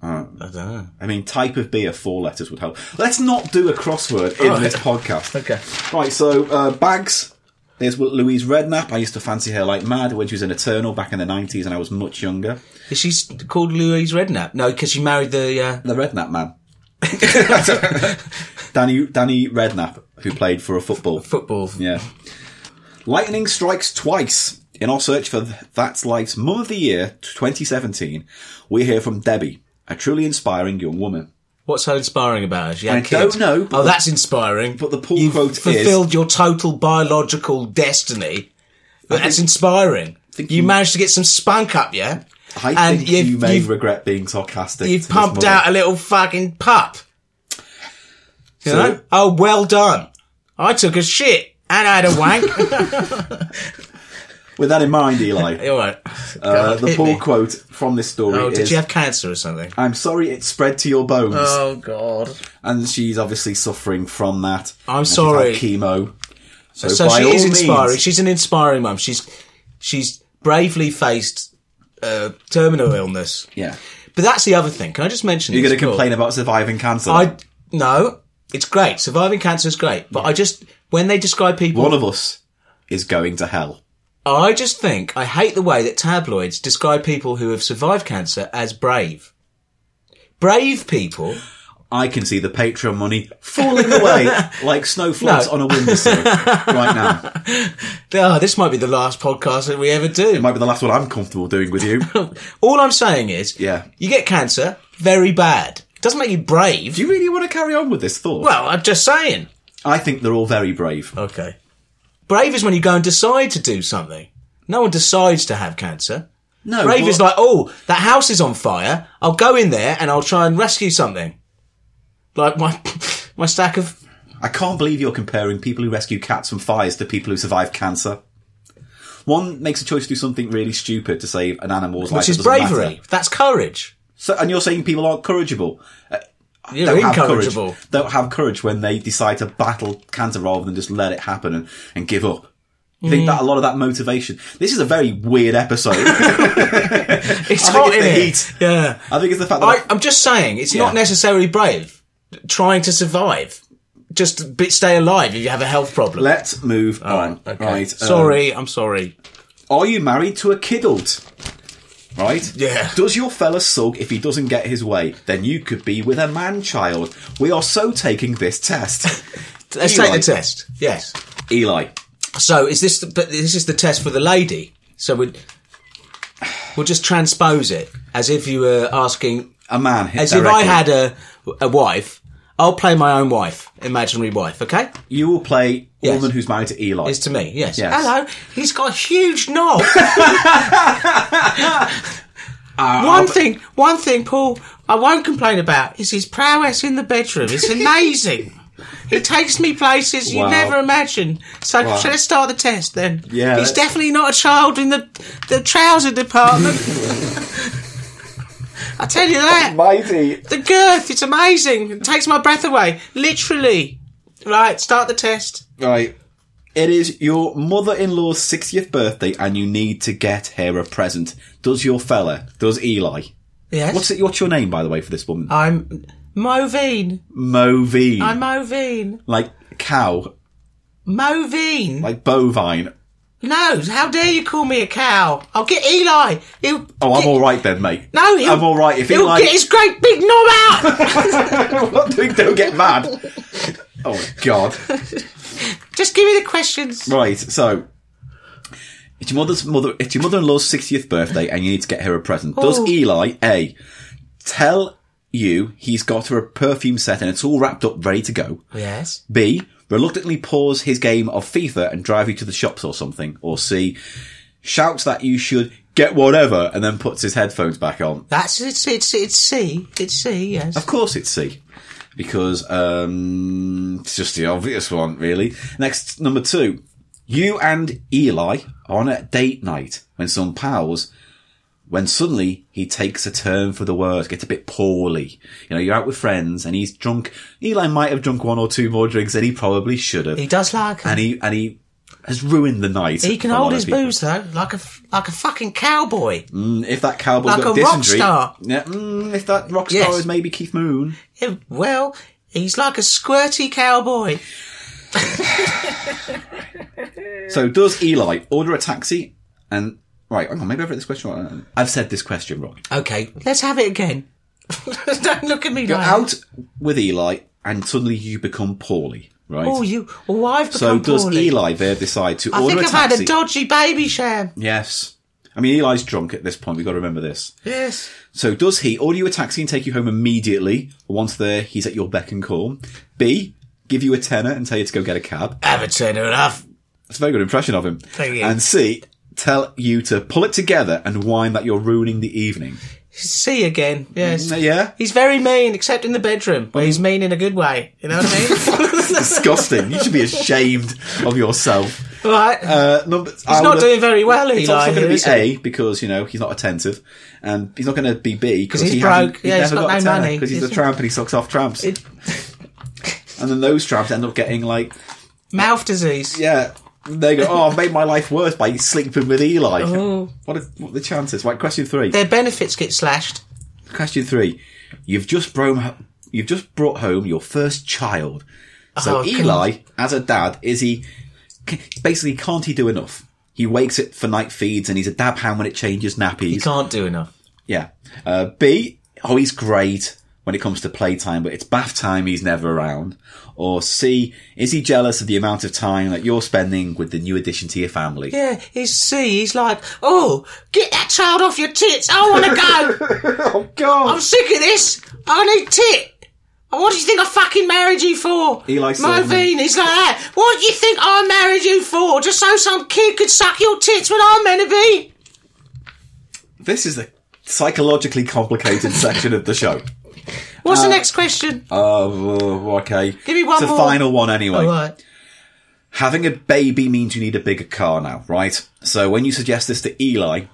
S1: Uh,
S2: I don't know.
S1: I mean, type of beer, four letters would help. Let's not do a crossword in
S2: All right.
S1: this podcast.
S2: Okay.
S1: Right, so uh, bags. There's Louise Redknapp. I used to fancy her like mad when she was in Eternal back in the 90s and I was much younger.
S2: Is she s- called Louise Redknapp? No, because she married the. Uh,
S1: The Redknapp man. Danny, Danny Redknapp, who played for a football.
S2: Football.
S1: Yeah. Lightning strikes twice. In our search for That's Life's Mum of the Year 2017, we hear from Debbie, a truly inspiring young woman.
S2: What's so inspiring about her? She had
S1: I
S2: kids.
S1: don't know, but-
S2: Oh, that's inspiring.
S1: But the pull
S2: You've
S1: quote is
S2: fulfilled your total biological destiny. That's inspiring.
S1: think
S2: you,
S1: you-
S2: managed to get some spunk up, yeah?
S1: I
S2: and
S1: think
S2: you've-
S1: you may
S2: you've-
S1: regret being sarcastic.
S2: You've
S1: to this
S2: pumped
S1: mother.
S2: out a little fucking pup. You
S1: So-
S2: know? Oh, well done. I took a shit and I had a wank.
S1: With that in mind, Eli,
S2: All right.
S1: uh, the
S2: hit
S1: poor
S2: me.
S1: quote from this story
S2: Oh,
S1: is
S2: did you have cancer or something?
S1: I'm sorry it spread to your bones.
S2: Oh, God.
S1: and she's obviously suffering from that.
S2: I'm
S1: And she's
S2: sorry.
S1: had chemo. So,
S2: So
S1: by
S2: she
S1: all
S2: is inspiring.
S1: means,
S2: She's an inspiring mum. She's she's bravely faced uh, terminal illness.
S1: yeah.
S2: But that's the other thing. Can I just mention?
S1: You're
S2: this
S1: going to
S2: before?
S1: complain about surviving cancer.
S2: I no. It's great. Surviving cancer is great. But I just when they describe people,
S1: One of us is going to hell.
S2: I just think I hate the way that tabloids describe people who have survived cancer as brave. Brave people.
S1: I can see the Patreon money falling away like snowflakes
S2: No.
S1: on a windowsill right now.
S2: Oh, this might be the last podcast that we ever do.
S1: Might be the last one I'm comfortable doing with you. Do
S2: All I'm saying is,
S1: Yeah.
S2: you get cancer, very bad. Doesn't make you brave.
S1: you really want to carry on with this thought?
S2: well, I'm just saying.
S1: I think they're all very brave.
S2: Okay. Brave is when you go and decide to do something. No one decides to have cancer.
S1: No,
S2: Brave
S1: but-
S2: is like, oh, that house is on fire. I'll go in there and I'll try and rescue something. Like my my stack of
S1: I can't believe you're comparing people who rescue cats from fires to people who survive cancer. One makes a choice to do something really stupid to save an animal's life.
S2: which is
S1: that doesn't
S2: bravery.
S1: matter.
S2: That's courage.
S1: So, and you're saying people aren't courageable.
S2: You're incorrigible.
S1: courage. Don't have courage when they decide to battle cancer rather than just let it happen and, and give up. I
S2: Mm.
S1: think that a lot of that motivation. This is a very weird episode. I
S2: It's
S1: I think
S2: hot
S1: it's
S2: in
S1: the
S2: here.
S1: heat.
S2: Yeah.
S1: think it's the fact that
S2: I, I'm just saying, it's
S1: Yeah.
S2: not necessarily brave trying to survive. Just be, stay alive if you have a health problem.
S1: let's move on.
S2: Okay.
S1: Right. um,
S2: Sorry, I'm sorry.
S1: Are you married to a kiddled? Right?
S2: Yeah.
S1: Does your fella sug if he doesn't get his way? Then you could be with a man child. We are so taking this test.
S2: Let's
S1: Eli.
S2: take the test. Yes.
S1: Eli.
S2: So is this? The, but this is the test for the lady. So we we'll just transpose it as if you were asking,
S1: A man. hit
S2: as if I
S1: directly.
S2: had a a wife. I'll play my own wife, imaginary wife. Okay,
S1: You will play a
S2: Yes.
S1: woman who's married to Eli.
S2: it's to me. Yes.
S1: Yes.
S2: Hello. He's got a huge knob.
S1: Uh,
S2: one thing, one thing, Paul. I won't complain about is his prowess in the bedroom. It's amazing. He takes me places you
S1: Wow.
S2: never imagine. So
S1: Wow.
S2: shall let's start the test then.
S1: Yeah,
S2: he's
S1: let's-
S2: definitely not a child in the the trouser department. I tell you that.
S1: Mighty.
S2: The girth, it's amazing. It takes my breath away, literally. Right, start the test.
S1: Right. It is your mother in law's 60th birthday and you need to get her a present. Does your fella, does Eli?
S2: Yes.
S1: What's it, what's your name, by the way, for this woman?
S2: I'm Moveen.
S1: Movine.
S2: Uh, I'm Moveen.
S1: like cow,
S2: Moveen.
S1: like bovine.
S2: No, how dare you call me a cow? I'll get Eli. He'll
S1: Oh, I'm
S2: get-
S1: all right then, mate.
S2: No, he'll,
S1: I'm all right. If
S2: he'll
S1: Eli,
S2: get his great big knob out.
S1: What do- don't get mad. Oh God!
S2: Just give me the questions.
S1: Right, so it's your mother's mother. It's
S2: Oh.
S1: your mother-in-law's sixtieth birthday, and you need to get her a present. Does
S2: Ooh.
S1: Eli a tell you, he's got her a perfume set and it's all wrapped up, ready to go.
S2: Yes.
S1: B, reluctantly pause his game of FIFA and drive you to the shops or something. Or C, shouts that you should get whatever and then puts his headphones back on.
S2: That's it's it's it's C. It's C. Yes.
S1: Of course it's C. Because, um, it's just the obvious one, really. Next, number two. You and Eli are on a date night when some pals, when suddenly he takes a turn for the worse, gets a bit poorly. You know, you're out with friends and he's drunk. Eli might have drunk one or two more drinks than he probably should have.
S2: He does like her.
S1: and he, and he has ruined the night.
S2: He can
S1: for a lot
S2: hold
S1: of
S2: his
S1: people.
S2: booze though, like a f- like a fucking cowboy.
S1: Mm, If that cowboy
S2: Like
S1: got
S2: a rock
S1: dysentery-
S2: star.
S1: Yeah, mm, if that rock star
S2: Yes.
S1: is maybe Keith Moon.
S2: Yeah, Well, he's like a squirty cowboy.
S1: So does Eli order a taxi and right, hang on, maybe I've read this question wrong. I've said this question wrong.
S2: Okay, let's have it again. Don't look at me
S1: You're
S2: like
S1: out with Eli and suddenly you become poorly, right?
S2: Oh, you. Oh, I've
S1: so
S2: become
S1: does
S2: poorly.
S1: Eli there decide to
S2: I
S1: order
S2: think
S1: a
S2: I've
S1: taxi?
S2: had a dodgy baby sham.
S1: yes. I mean Eli's drunk at this point, we've got to remember this.
S2: Yes.
S1: So does he order you a taxi and take you home immediately? Once there, he's at your beck and call. B, give you a tenner and tell you to go get a cab.
S2: Have a turn enough.
S1: It's a very good impression of him.
S2: Thank you.
S1: And C, tell you to pull it together and whine that you're ruining the evening.
S2: See again. Yes.
S1: Yeah?
S2: He's very mean, except in the bedroom, where he's mean in a good way. You know what I
S1: disgusting. You should be ashamed of yourself.
S2: mean? right.
S1: Uh, number, he's
S2: not doing very well,
S1: He's
S2: Eli,
S1: also going
S2: here,
S1: to
S2: is
S1: be
S2: he?
S1: A because you know he's not attentive, and he's not going to be B because
S2: he's
S1: he
S2: broke. Yeah, he's got no money.
S1: because he's a
S2: He's-
S1: tramp and he sucks off tramps.
S2: It-
S1: and then those tramps end up getting like,
S2: Mouth disease.
S1: yeah, they go, oh, I've made my life worse by sleeping with Eli.
S2: Oh.
S1: What, are, what are the chances? Right, question three.
S2: Their benefits get slashed.
S1: Question three. You've just brought you've just brought home your first child. So
S2: Oh,
S1: Eli, as a dad, is he c- basically can't he do enough? He wakes it for night feeds and he's a dab hand when it changes
S2: You
S1: nappies.
S2: can't do enough.
S1: Yeah. Uh, B. Oh, he's great when it comes to playtime, but it's bath time. He's never around. Or C. Is he jealous of the amount of time that you're spending with the new addition to your family?
S2: Yeah, he's C. He's like, oh, get that child off your tits. I want to go.
S1: Oh God.
S2: I'm sick of this. I need tit. And What do you think I fucking married you for?
S1: Eli Silverman.
S2: Marvin, he's like that. What do you think I married you for? Just so some kid could suck your tits when I'm meant to be?
S1: This is the psychologically complicated section of the show.
S2: What's
S1: Uh,
S2: the next question?
S1: Oh, okay.
S2: Give me one
S1: It's a
S2: more.
S1: final one anyway.
S2: All right.
S1: Having a baby means you need a bigger car now, right? So when you suggest this to Eli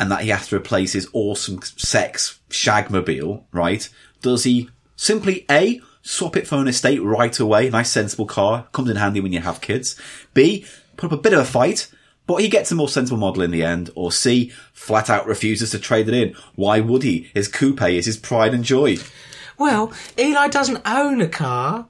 S1: and that he has to replace his awesome sex shagmobile, right? Does he simply A, swap it for an estate right away? Nice sensible car. Comes in handy when you have kids. B, put up a bit of a fight. But he gets a more sensible model in the end, or C, flat out refuses to trade it in. Why would he? His coupe is his pride and joy.
S2: Well, Eli doesn't own a car,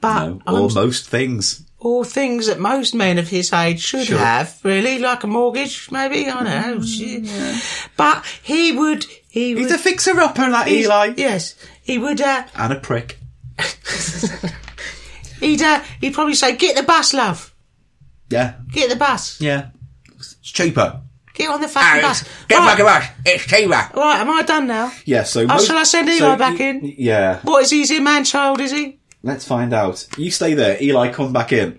S2: but
S1: No,
S2: I'm
S1: or most things.
S2: all things that most men of his age should
S1: Sure. Mm,
S2: have, really, like a mortgage, maybe. I don't know. shit. But he would. He would.
S1: He's a fixer upper, like Eli.
S2: Yes, he would. Uh,
S1: And a prick.
S2: he'd. Uh, he'd probably say, "Get the bus, love.
S1: Yeah.
S2: Get the bus.
S1: Yeah. It's cheaper.
S2: Get on the fucking bus." right,
S1: back back. It's cheaper.
S2: right, am I done now?
S1: Yeah, so.
S2: Oh, shall I send Eli back in?
S1: Yeah.
S2: What is he? Is he a man child? Is he?
S1: Let's find out. You stay there. Eli, come back in.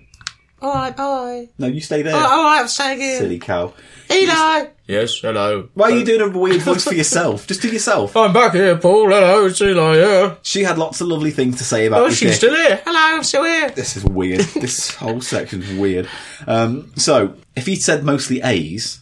S2: All right, bye.
S1: No, you stay there.
S2: Oh, Uh, all right, I'm saying it.
S1: Silly cow.
S2: Eli.
S3: Yes, hello.
S1: Why are you doing a weird voice for yourself? Just do yourself.
S2: Oh.
S3: I'm back here, Paul. Hello, it's Eli. Yeah.
S1: She had lots of lovely things to say about
S3: Oh,
S1: this
S3: she's
S1: dish.
S3: still here.
S2: Hello, I'm still here.
S1: This is weird. this whole section's weird. Um, so, if he'd said mostly A's,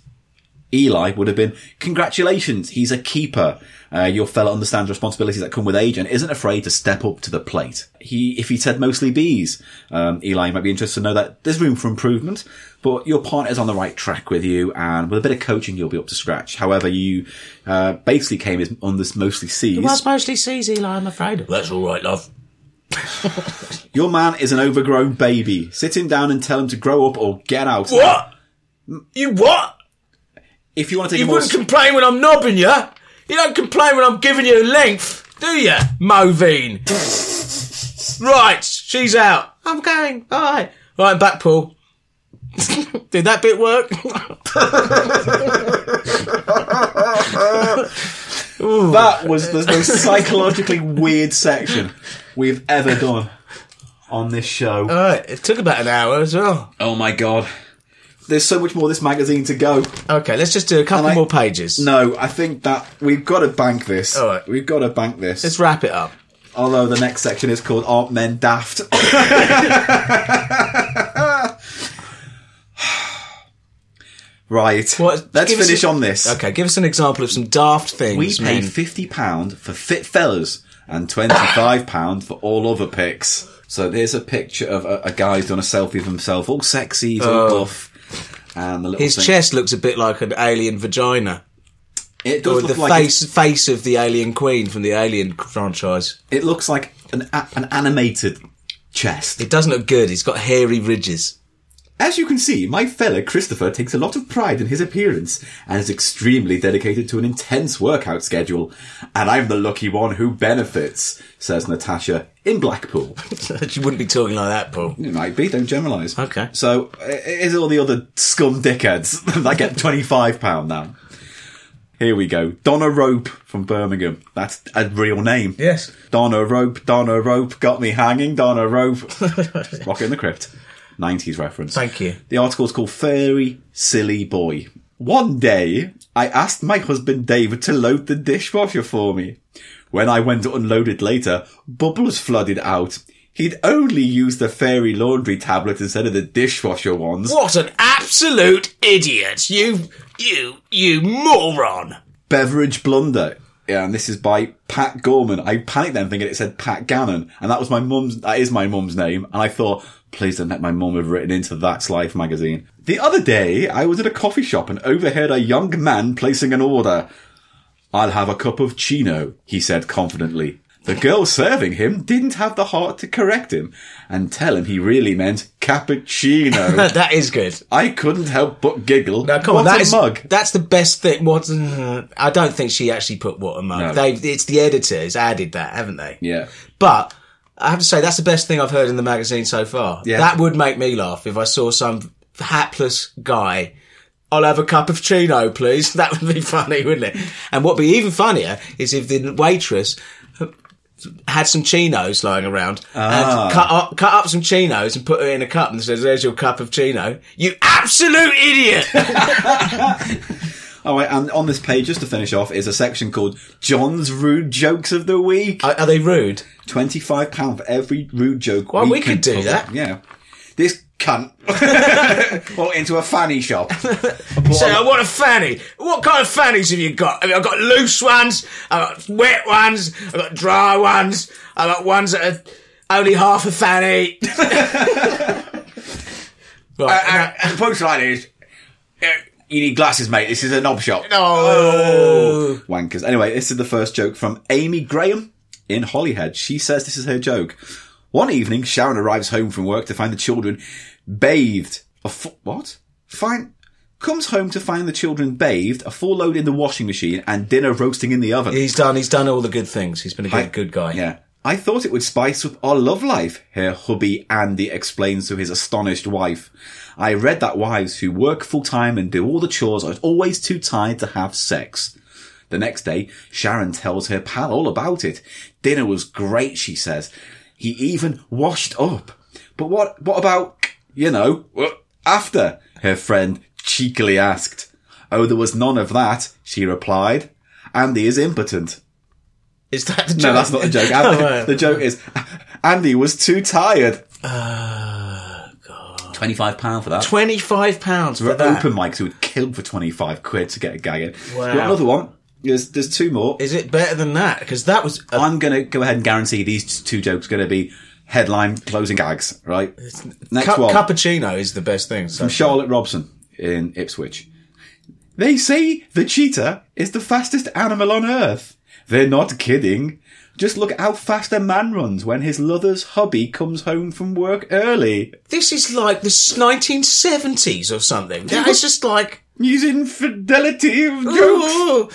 S1: Eli would have been, congratulations, he's a keeper. Uh, your fella understands responsibilities that come with age and isn't afraid to step up to the plate. He, if he said mostly B's, um, Eli might be interested to know that there's room for improvement, but your partner's on the right track with you, and with a bit of coaching, you'll be up to scratch. However, you uh, basically came as- on this mostly C's.
S2: It was mostly C's, Eli. I'm afraid.
S3: That's all right, love.
S1: Your man is an overgrown baby. Sit him down and tell him to grow up or get out.
S3: What? You what?
S1: If you want to take
S3: You
S1: a more
S3: wouldn't complain when I'm nobbing you. You don't complain when I'm giving you length, do you, Moveen? right, she's out.
S2: I'm going. Bye.
S3: Right, I'm back, Paul. Did that bit work?
S1: That was the most psychologically weird section we've ever done on this show.
S3: Alright, it took about an hour as well.
S1: oh my god. There's so much more of this magazine to go.
S3: Okay, let's just do a couple
S1: I-
S3: more pages.
S1: No, I think that we've got to bank this.
S3: All right.
S1: We've got to bank this.
S3: Let's wrap it up.
S1: Although the next section is called Aren't Men Daft? right.
S3: What-
S1: Let's
S3: give us
S1: finish
S3: a-
S1: on this.
S3: Okay, give us an example of some daft things.
S1: We paid
S3: men.
S1: £50 for Fit Fellas and £25 for all other pics. So there's a picture of a, a guy who's done a selfie of himself, all sexy, he's all buff. And the little
S3: Oh. His
S1: thing-
S3: chest looks a bit like an alien vagina.
S1: It does
S3: Or the
S1: look like it's-
S3: face face of the alien queen from the alien franchise.
S1: It looks like an a- an animated chest.
S3: It doesn't look good. He's got hairy ridges.
S1: As you can see, my fella Christopher takes a lot of pride in his appearance and is extremely dedicated to an intense workout schedule. And I'm the lucky one who benefits, says Natasha in Blackpool.
S3: you wouldn't be talking like that, Paul.
S1: It might be, don't generalise.
S3: Okay.
S1: So, i- here's all the other scum dickheads that get £25 now. Here we go. Donna Rope from Birmingham. That's a real name.
S3: Yes.
S1: Donna Rope, Donna Rope, got me hanging, Donna Rope. Rocket in the Crypt. 90s reference.
S3: Thank you.
S1: The article's called Furry Silly Boy. One day, I asked my husband David to load the dishwasher for me. When I went to unload it later, bubbles flooded out. He'd only used the fairy laundry tablet instead of the dishwasher ones.
S3: What an absolute idiot! You, you, you moron!
S1: Beverage blunder. Yeah, and this is by Pat Gorman. I panicked then thinking it said Pat Gannon, and that was my mum's, that is my mum's name, and I thought, please don't let my mum have written into That's Life magazine. The other day, I was at a coffee shop and overheard a young man placing an order. I'll have a cup of chino, he said confidently. The girl serving him didn't have the heart to correct him and tell him he really meant cappuccino.
S3: that is good.
S1: I couldn't help but giggle.
S3: Now, come
S1: what
S3: on, that
S1: a
S3: is
S1: mug.
S3: That's the best thing. What? mm, I don't think she actually put what a mug.
S1: No.
S3: They've, it's the editors added that, haven't they?
S1: Yeah.
S3: But I have to say, that's the best thing I've heard in the magazine so far.
S1: Yeah.
S3: That would make me laugh if I saw some hapless guy. I'll have a cup of chino, please. That would be funny, wouldn't it? And what'd be even funnier is if the waitress had some chinos lying around
S1: Ah.
S3: and cut up, cut up some chinos and put her in a cup and says, "There's your cup of chino." You absolute idiot!
S1: All right, Oh, and on this page, just to finish off, is a section called John's Rude Jokes of the Week.
S3: are, are they rude?
S1: Twenty-five pound for every rude joke.
S3: Well, we
S1: can
S3: could do
S1: pull.
S3: that.
S1: Yeah, this cunt bought into a fanny shop.
S3: Say, I want a fanny. What kind of fannies have you got? I mean, I've got loose ones, I've got wet ones, I've got dry ones, I've got ones that are only half a fanny. right.
S1: and the punchline is, you need glasses, mate. This is a knob shop. oh.
S3: no.
S1: Wankers. Anyway, this is the first joke from Amy Graham in Holyhead. She says this is her joke. One evening, Sharon arrives home from work to find the children bathed. A fu- what? Fine. Comes home to find the children bathed, a full load in the washing machine, and dinner roasting in the oven.
S3: He's done, he's done all the good things. He's been a good,
S1: I-
S3: good guy.
S1: Yeah. I thought it would spice up our love life, her hubby Andy explains to his astonished wife. I read that wives who work full time and do all the chores are always too tired to have sex. The next day, Sharon tells her pal all about it. Dinner was great, she says. He even washed up. But what, what about, you know, after? Her friend cheekily asked. Oh, there was none of that, she replied. Andy is impotent.
S3: Is that the joke?
S1: No, that's not the joke.
S3: Oh,
S1: Andy-
S3: right.
S1: the joke is Andy was too tired. Twenty-five pound for that.
S3: 25 pounds Oh, for
S1: for
S3: that.
S1: open mics who would kill for twenty-five quid to get a gag in.
S3: Wow.
S1: Got another one. There's there's two more.
S3: Is it better than that? Because that was, a,
S1: I'm gonna go ahead and guarantee these two jokes are gonna be headline closing gags. Right. Next
S3: cup,
S1: one.
S3: cappuccino is the best thing. So.
S1: Charlotte Robson in Ipswich. They say the cheetah is the fastest animal on earth. They're not kidding. Just look how fast a man runs when his lover's hubby comes home from work early.
S3: This is like the 1970s or something. That is just like,
S1: Using fidelity of jokes.
S3: Oh,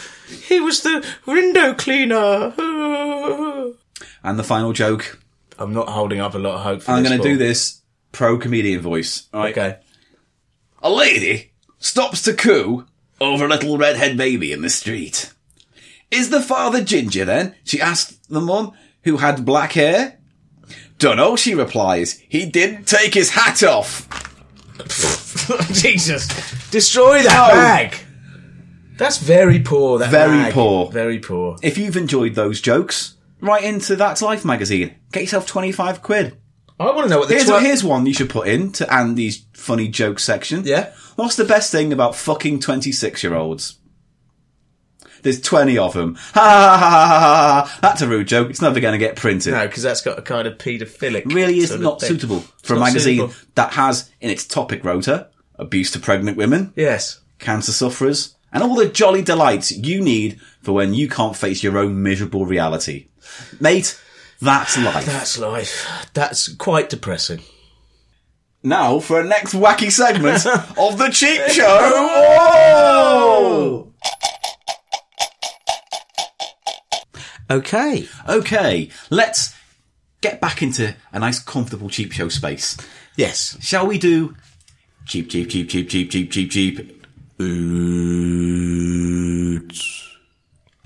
S3: he was the window cleaner. Oh.
S1: And the final joke.
S3: I'm not holding up a lot of hope for
S1: I'm
S3: this.
S1: going to do
S3: Paul.
S1: this pro comedian voice. All right.
S3: Okay.
S1: A lady stops to coo over a little redhead baby in the street. Is the father ginger then? She asked the mum, who had black hair. Dunno, she replies. He didn't take his hat off.
S3: Jesus. Destroy that
S1: No.
S3: bag. That's very poor. That
S1: Very
S3: bag.
S1: poor.
S3: Very poor.
S1: If you've enjoyed those jokes, write into That's Life magazine. Get yourself 25 quid.
S3: I want to know what the
S1: Here's,
S3: twi-
S1: here's one you should put into Andy's funny joke section.
S3: Yeah.
S1: What's the best thing about fucking 26 year olds? There's 20 of them. Ha ha ha ha ha ha. That's a rude joke. It's never going to get printed.
S3: No, because that's got a kind of paedophilic.
S1: really is
S3: sort of
S1: not
S3: thing.
S1: suitable for a
S3: not
S1: magazine
S3: suitable.
S1: that has in its topic rota abuse to pregnant women,
S3: Yes.
S1: cancer sufferers, and all the jolly delights you need for when you can't face your own miserable reality. Mate, that's life.
S3: That's life. That's quite depressing.
S1: Now for our next wacky segment of the cheap show. Oh!
S3: Okay.
S1: Okay, let's get back into a nice, comfortable cheap show space.
S3: Yes.
S1: Shall we do cheap, cheap, cheap, cheap, cheap, cheap, cheap, cheap? I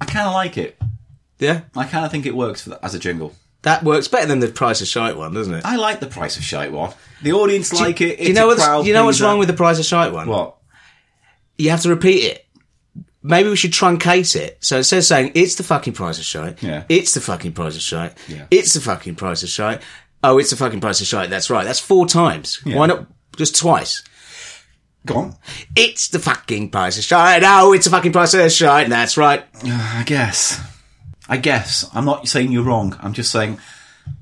S1: kind of like it.
S3: Yeah.
S1: I kind of think it works for the, as a jingle.
S3: That works better than the Price of Shite one, doesn't it?
S1: I like the price of shite one. The audience like it. It's
S3: you know
S1: a
S3: what's
S1: crowd
S3: you know what's
S1: pleaser.
S3: wrong with the Price of Shite one?
S1: what?
S3: You have to repeat it. Maybe we should truncate it. So instead of saying it's the fucking price of shite,
S1: Yeah.
S3: it's the fucking price of shite,
S1: Yeah.
S3: it's the fucking price of shite. Oh, it's the fucking price of shite. That's right. That's four times. Why not just twice?
S1: Go on.
S3: It's the fucking price of shite. Oh, it's the fucking price of shite. That's right.
S1: I guess. I guess. I'm not saying you're wrong. I'm just saying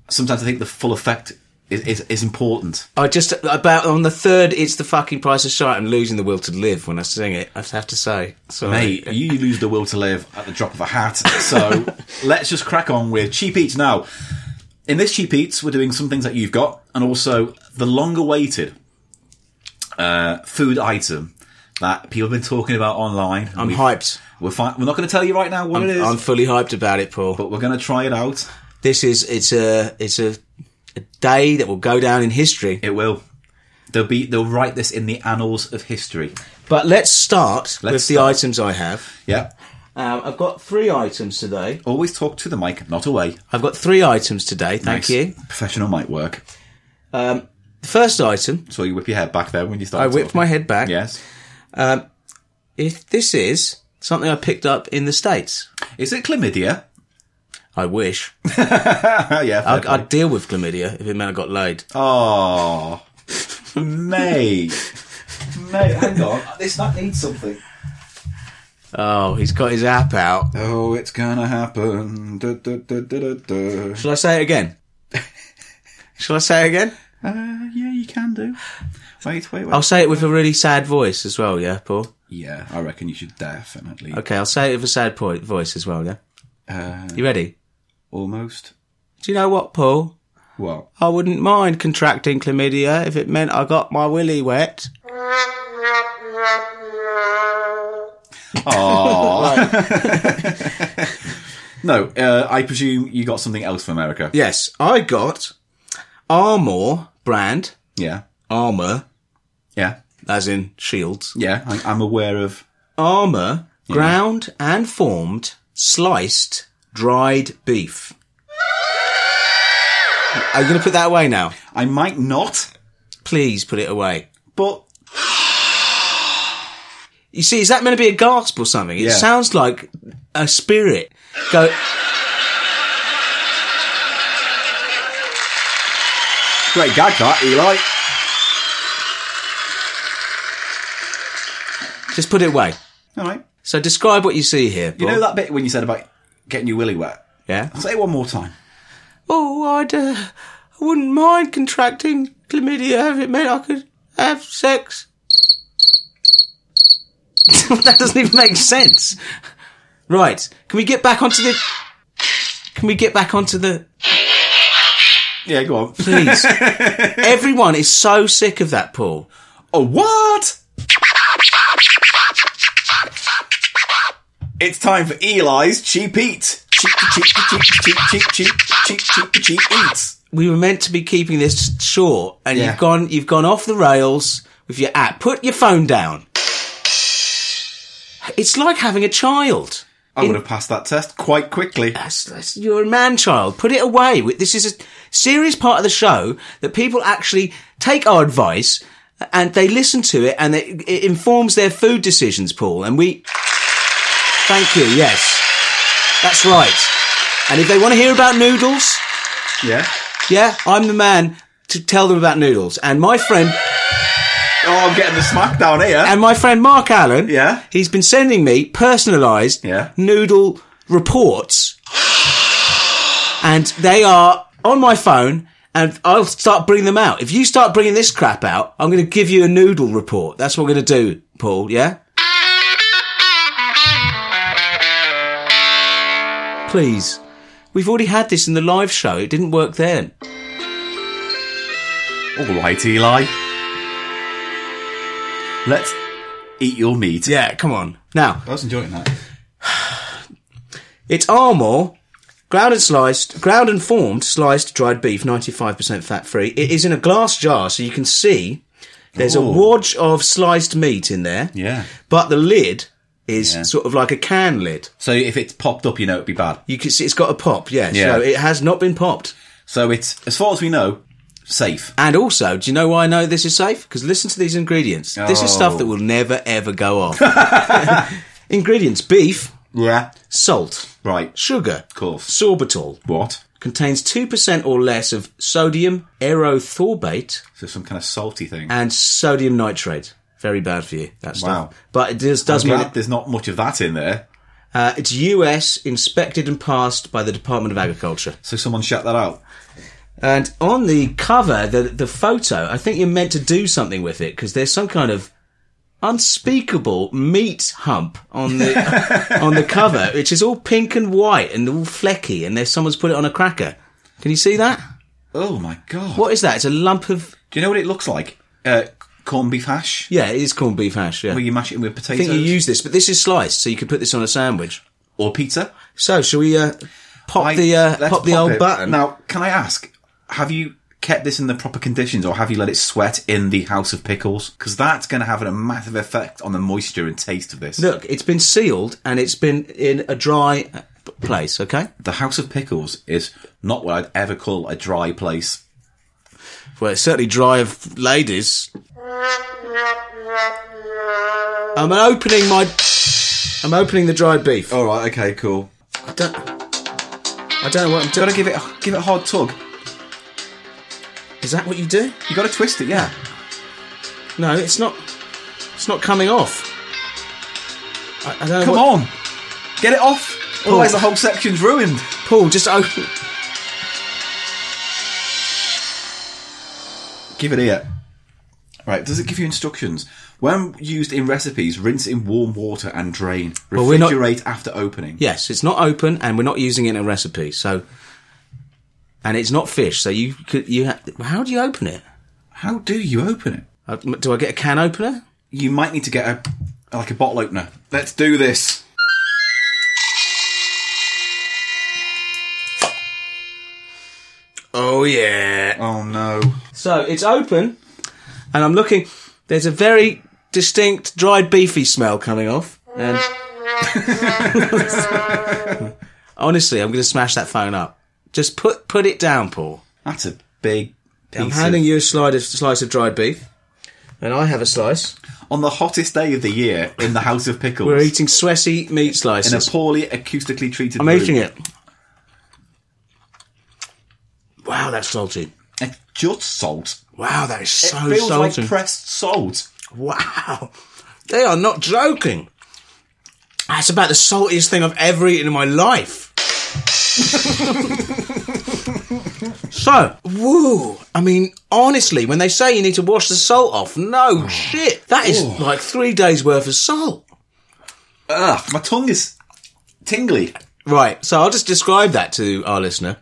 S1: sometimes I think the full effect is, is, is important.
S3: I just about on the third. It's the fucking price of shite. I'm losing the will to live when I sing it. I have to say, sorry.
S1: Mate, you lose the will to live at the drop of a hat. So let's just crack on with Cheap Eats now. In this Cheap Eats, we're doing some things that you've got and also the long awaited uh, food item that people have been talking about online.
S3: I'm
S1: We've-
S3: hyped.
S1: We're, fi- we're not going to tell you right now what it is,
S3: I'm fully hyped about it, Paul.
S1: but we're going to try it out.
S3: this is it's a it's a, a day that will go down in history.
S1: It will. They'll be. They'll write this in the annals of history.
S3: But let's start with
S1: Let's
S3: the
S1: start.
S3: items I have.
S1: Yeah.
S3: Um, I've got three items today.
S1: Always talk to the mic, not away.
S3: I've got three items today. Thank
S1: Nice.
S3: you.
S1: Professional mic work.
S3: The first item,
S1: So you whip your head back there when you start.
S3: I whipped
S1: talking.
S3: my head back.
S1: Yes.
S3: If this is something I picked up in the states,
S1: Is it chlamydia?
S3: I wish
S1: Oh yeah. fair
S3: I'd,
S1: play.
S3: I'd deal with chlamydia if it meant I got laid.
S1: Oh, mate, mate, hang on. This that needs something.
S3: Oh, he's got his app out.
S1: Oh, it's gonna happen. Du, du, du, du, du, du.
S3: Shall I say it again? Shall I say it again?
S1: Uh, yeah, you can do. Wait, wait, wait.
S3: I'll say it with a really sad voice as well. Yeah, Paul.
S1: yeah, I reckon you should definitely.
S3: Okay, I'll say it with a sad po- voice as well. Yeah.
S1: Uh,
S3: You ready?
S1: almost.
S3: Do you know what, Paul?
S1: What?
S3: I wouldn't mind contracting chlamydia if it meant I got my willy wet.
S1: No, uh, I presume you got something else from America.
S3: Yes, I got Armour brand
S1: Yeah,
S3: armor,
S1: yeah,
S3: as in shields.
S1: yeah. I, I'm aware of.
S3: Armour ground and formed sliced dried beef. Are you going to put that away now?
S1: I might not,
S3: Please put it away.
S1: but
S3: You see, is that meant to be a gasp or something? It
S1: Yeah.
S3: sounds like a spirit. Go.
S1: great gag that Eli.
S3: Just put it away.
S1: All right.
S3: So describe what you see here.
S1: You
S3: Paul.
S1: know that bit when you said about getting your willy wet?
S3: Yeah.
S1: Say it one more time.
S3: Oh, I'd, uh, I wouldn't mind contracting chlamydia if it meant I could have sex. that doesn't even make sense. Right. Can we get back onto the? Can we get back onto the?
S1: Yeah, go on.
S3: Please. Everyone is so sick of that, Paul.
S1: oh, what? It's time for Eli's cheap eat. Cheap, cheap, cheap, cheap, cheap, cheap, cheap, cheap, cheap eats.
S3: We were meant to be keeping this short, and
S1: Yeah.
S3: you've gone. You've gone off the rails with your app. Put your phone down. It's like having a child.
S1: I would have passed that test quite quickly.
S3: That's, that's, you're a man child. Put it away. We- This is a serious part of the show that people actually take our advice and they listen to it and it, it informs their food decisions, Paul. And we. Thank you. Yes. That's right. And if they want to hear about noodles,
S1: Yeah.
S3: yeah, I'm the man to tell them about noodles. And my friend.
S1: Oh, I'm getting the smack down here.
S3: And my friend Mark Allen,
S1: Yeah.
S3: he's been sending me personalised
S1: Yeah.
S3: noodle reports, and they are on my phone. And I'll start bringing them out. If you start bringing this crap out, I'm going to give you a noodle report. That's what I'm going to do, Paul. Yeah. Please, we've already had this in the live show. It didn't work then.
S1: All right, Eli. Let's eat your meat.
S3: Yeah, come on now.
S1: I was enjoying that.
S3: It's Armour, ground and sliced, ground and formed, sliced dried beef, 95% fat free. It is in a glass jar, so you can see there's a
S1: Ooh.
S3: wodge of sliced meat in there.
S1: Yeah.
S3: But the lid is
S1: Yeah.
S3: sort of like a can lid.
S1: So if it's popped up, you know it'd be bad.
S3: You can see it's got a pop, yeah.
S1: Yeah.
S3: So it has not been popped.
S1: So it's, as far as we know, safe.
S3: And also, do you know why I know this is safe? Because listen to these ingredients. This is stuff
S1: Oh.
S3: that will never ever go off. ingredients: beef,
S1: Yeah.
S3: salt,
S1: Right.
S3: sugar,
S1: Of course.
S3: sorbitol,
S1: What?
S3: contains 2% or less of sodium aerosorbate
S1: So some kind of salty thing.
S3: and sodium nitrate. Very bad for you, that stuff.
S1: Wow.
S3: But it does, does
S1: I'm
S3: mean
S1: glad there's not much of that in there.
S3: uh, it's US inspected and passed by the Department of Agriculture.
S1: So someone shut that out.
S3: And on the cover, the, the photo, I think you're meant to do something with it because there's some kind of unspeakable meat hump on the on the cover, which is all pink and white and all flecky, and there's someone's put it on a cracker. Can you see that?
S1: Oh my god.
S3: What is that? It's a lump of
S1: Do you know what it looks like? Uh, corned beef hash.
S3: yeah, it is corned beef hash. Yeah,
S1: Where you mash it with potatoes
S3: I think you use this, but this is sliced, so you can put this on a sandwich.
S1: or pizza.
S3: So, shall we uh, pop
S1: I-
S3: the uh,
S1: let's
S3: pop, the old
S1: it.
S3: button?
S1: Now, can I ask? Have you kept this in the proper conditions, or have you let it sweat in the house of pickles? Because that's going to have a massive effect on the moisture and taste of this.
S3: Look, it's been sealed and it's been in a dry uh, p- place. Okay,
S1: The house of pickles is not what I'd ever call a dry place.
S3: well, it's certainly dry of ladies. I'm opening my. I'm opening the dried beef.
S1: All right. Okay. Cool.
S3: I don't. I don't know what I'm
S1: Got
S3: doing.
S1: to give it give it a hard tug.
S3: Is that what you do?
S1: You got to twist it. Yeah.
S3: No, it's not. It's not coming off. I, I don't know.
S1: Come
S3: what- Oh.
S1: on. Get it off. Otherwise, the whole section's ruined.
S3: Paul, just open.
S1: Give it here. Right, does it give you instructions? When used in recipes, rinse in warm water and drain.
S3: we're not-
S1: Refrigerate after opening.
S3: Yes, it's not open, and we're not using it in a recipe. So, and it's not fish. So you could you ha- how do you open it?
S1: How do you open it?
S3: Uh, m- Do I get a can opener?
S1: You might need to get a like a bottle opener. Let's do this.
S4: Oh yeah.
S1: Oh no.
S3: So it's open, and I'm looking. There's a very distinct dried beefy smell coming off. And honestly, I'm going to smash that phone up. Just put put it down, Paul.
S1: That's a big piece
S3: I'm handing
S1: of-
S3: you a slide of, slice of dried beef, and I have a slice.
S1: On the hottest day of the year in the House of Pickles.
S3: We're eating sweaty meat slices.
S1: in a poorly acoustically treated
S3: I'm
S1: room.
S3: eating it. Wow, that's salty. Eh.
S1: It's just salt.
S3: Wow, Oh, that is so
S1: it feels
S3: salty.
S1: like pressed salt.
S3: wow. They are not joking. That's about the saltiest thing I've ever eaten in my life. so, woo. I mean, honestly, when they say you need to wash the salt off, no shit. That is like three days worth of salt.
S1: Ugh, my tongue is tingly.
S3: Right, so I'll just describe that to our listener.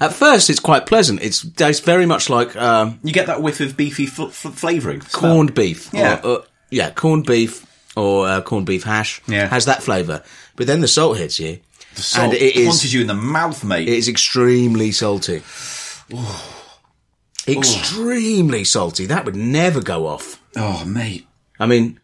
S3: At first, it's quite pleasant. It's tastes very much like um,
S1: You get that whiff of beefy fl- fl- flavouring. smell.
S3: corned beef.
S1: Yeah.
S3: or, uh, yeah, corned beef or uh, corned beef hash
S1: Yeah.
S3: has that flavour. But then the salt hits you,
S1: Salt
S3: and it is
S1: punches you in the mouth, mate.
S3: it is extremely salty. Extremely salty. That would never go off.
S1: oh, mate.
S3: I mean,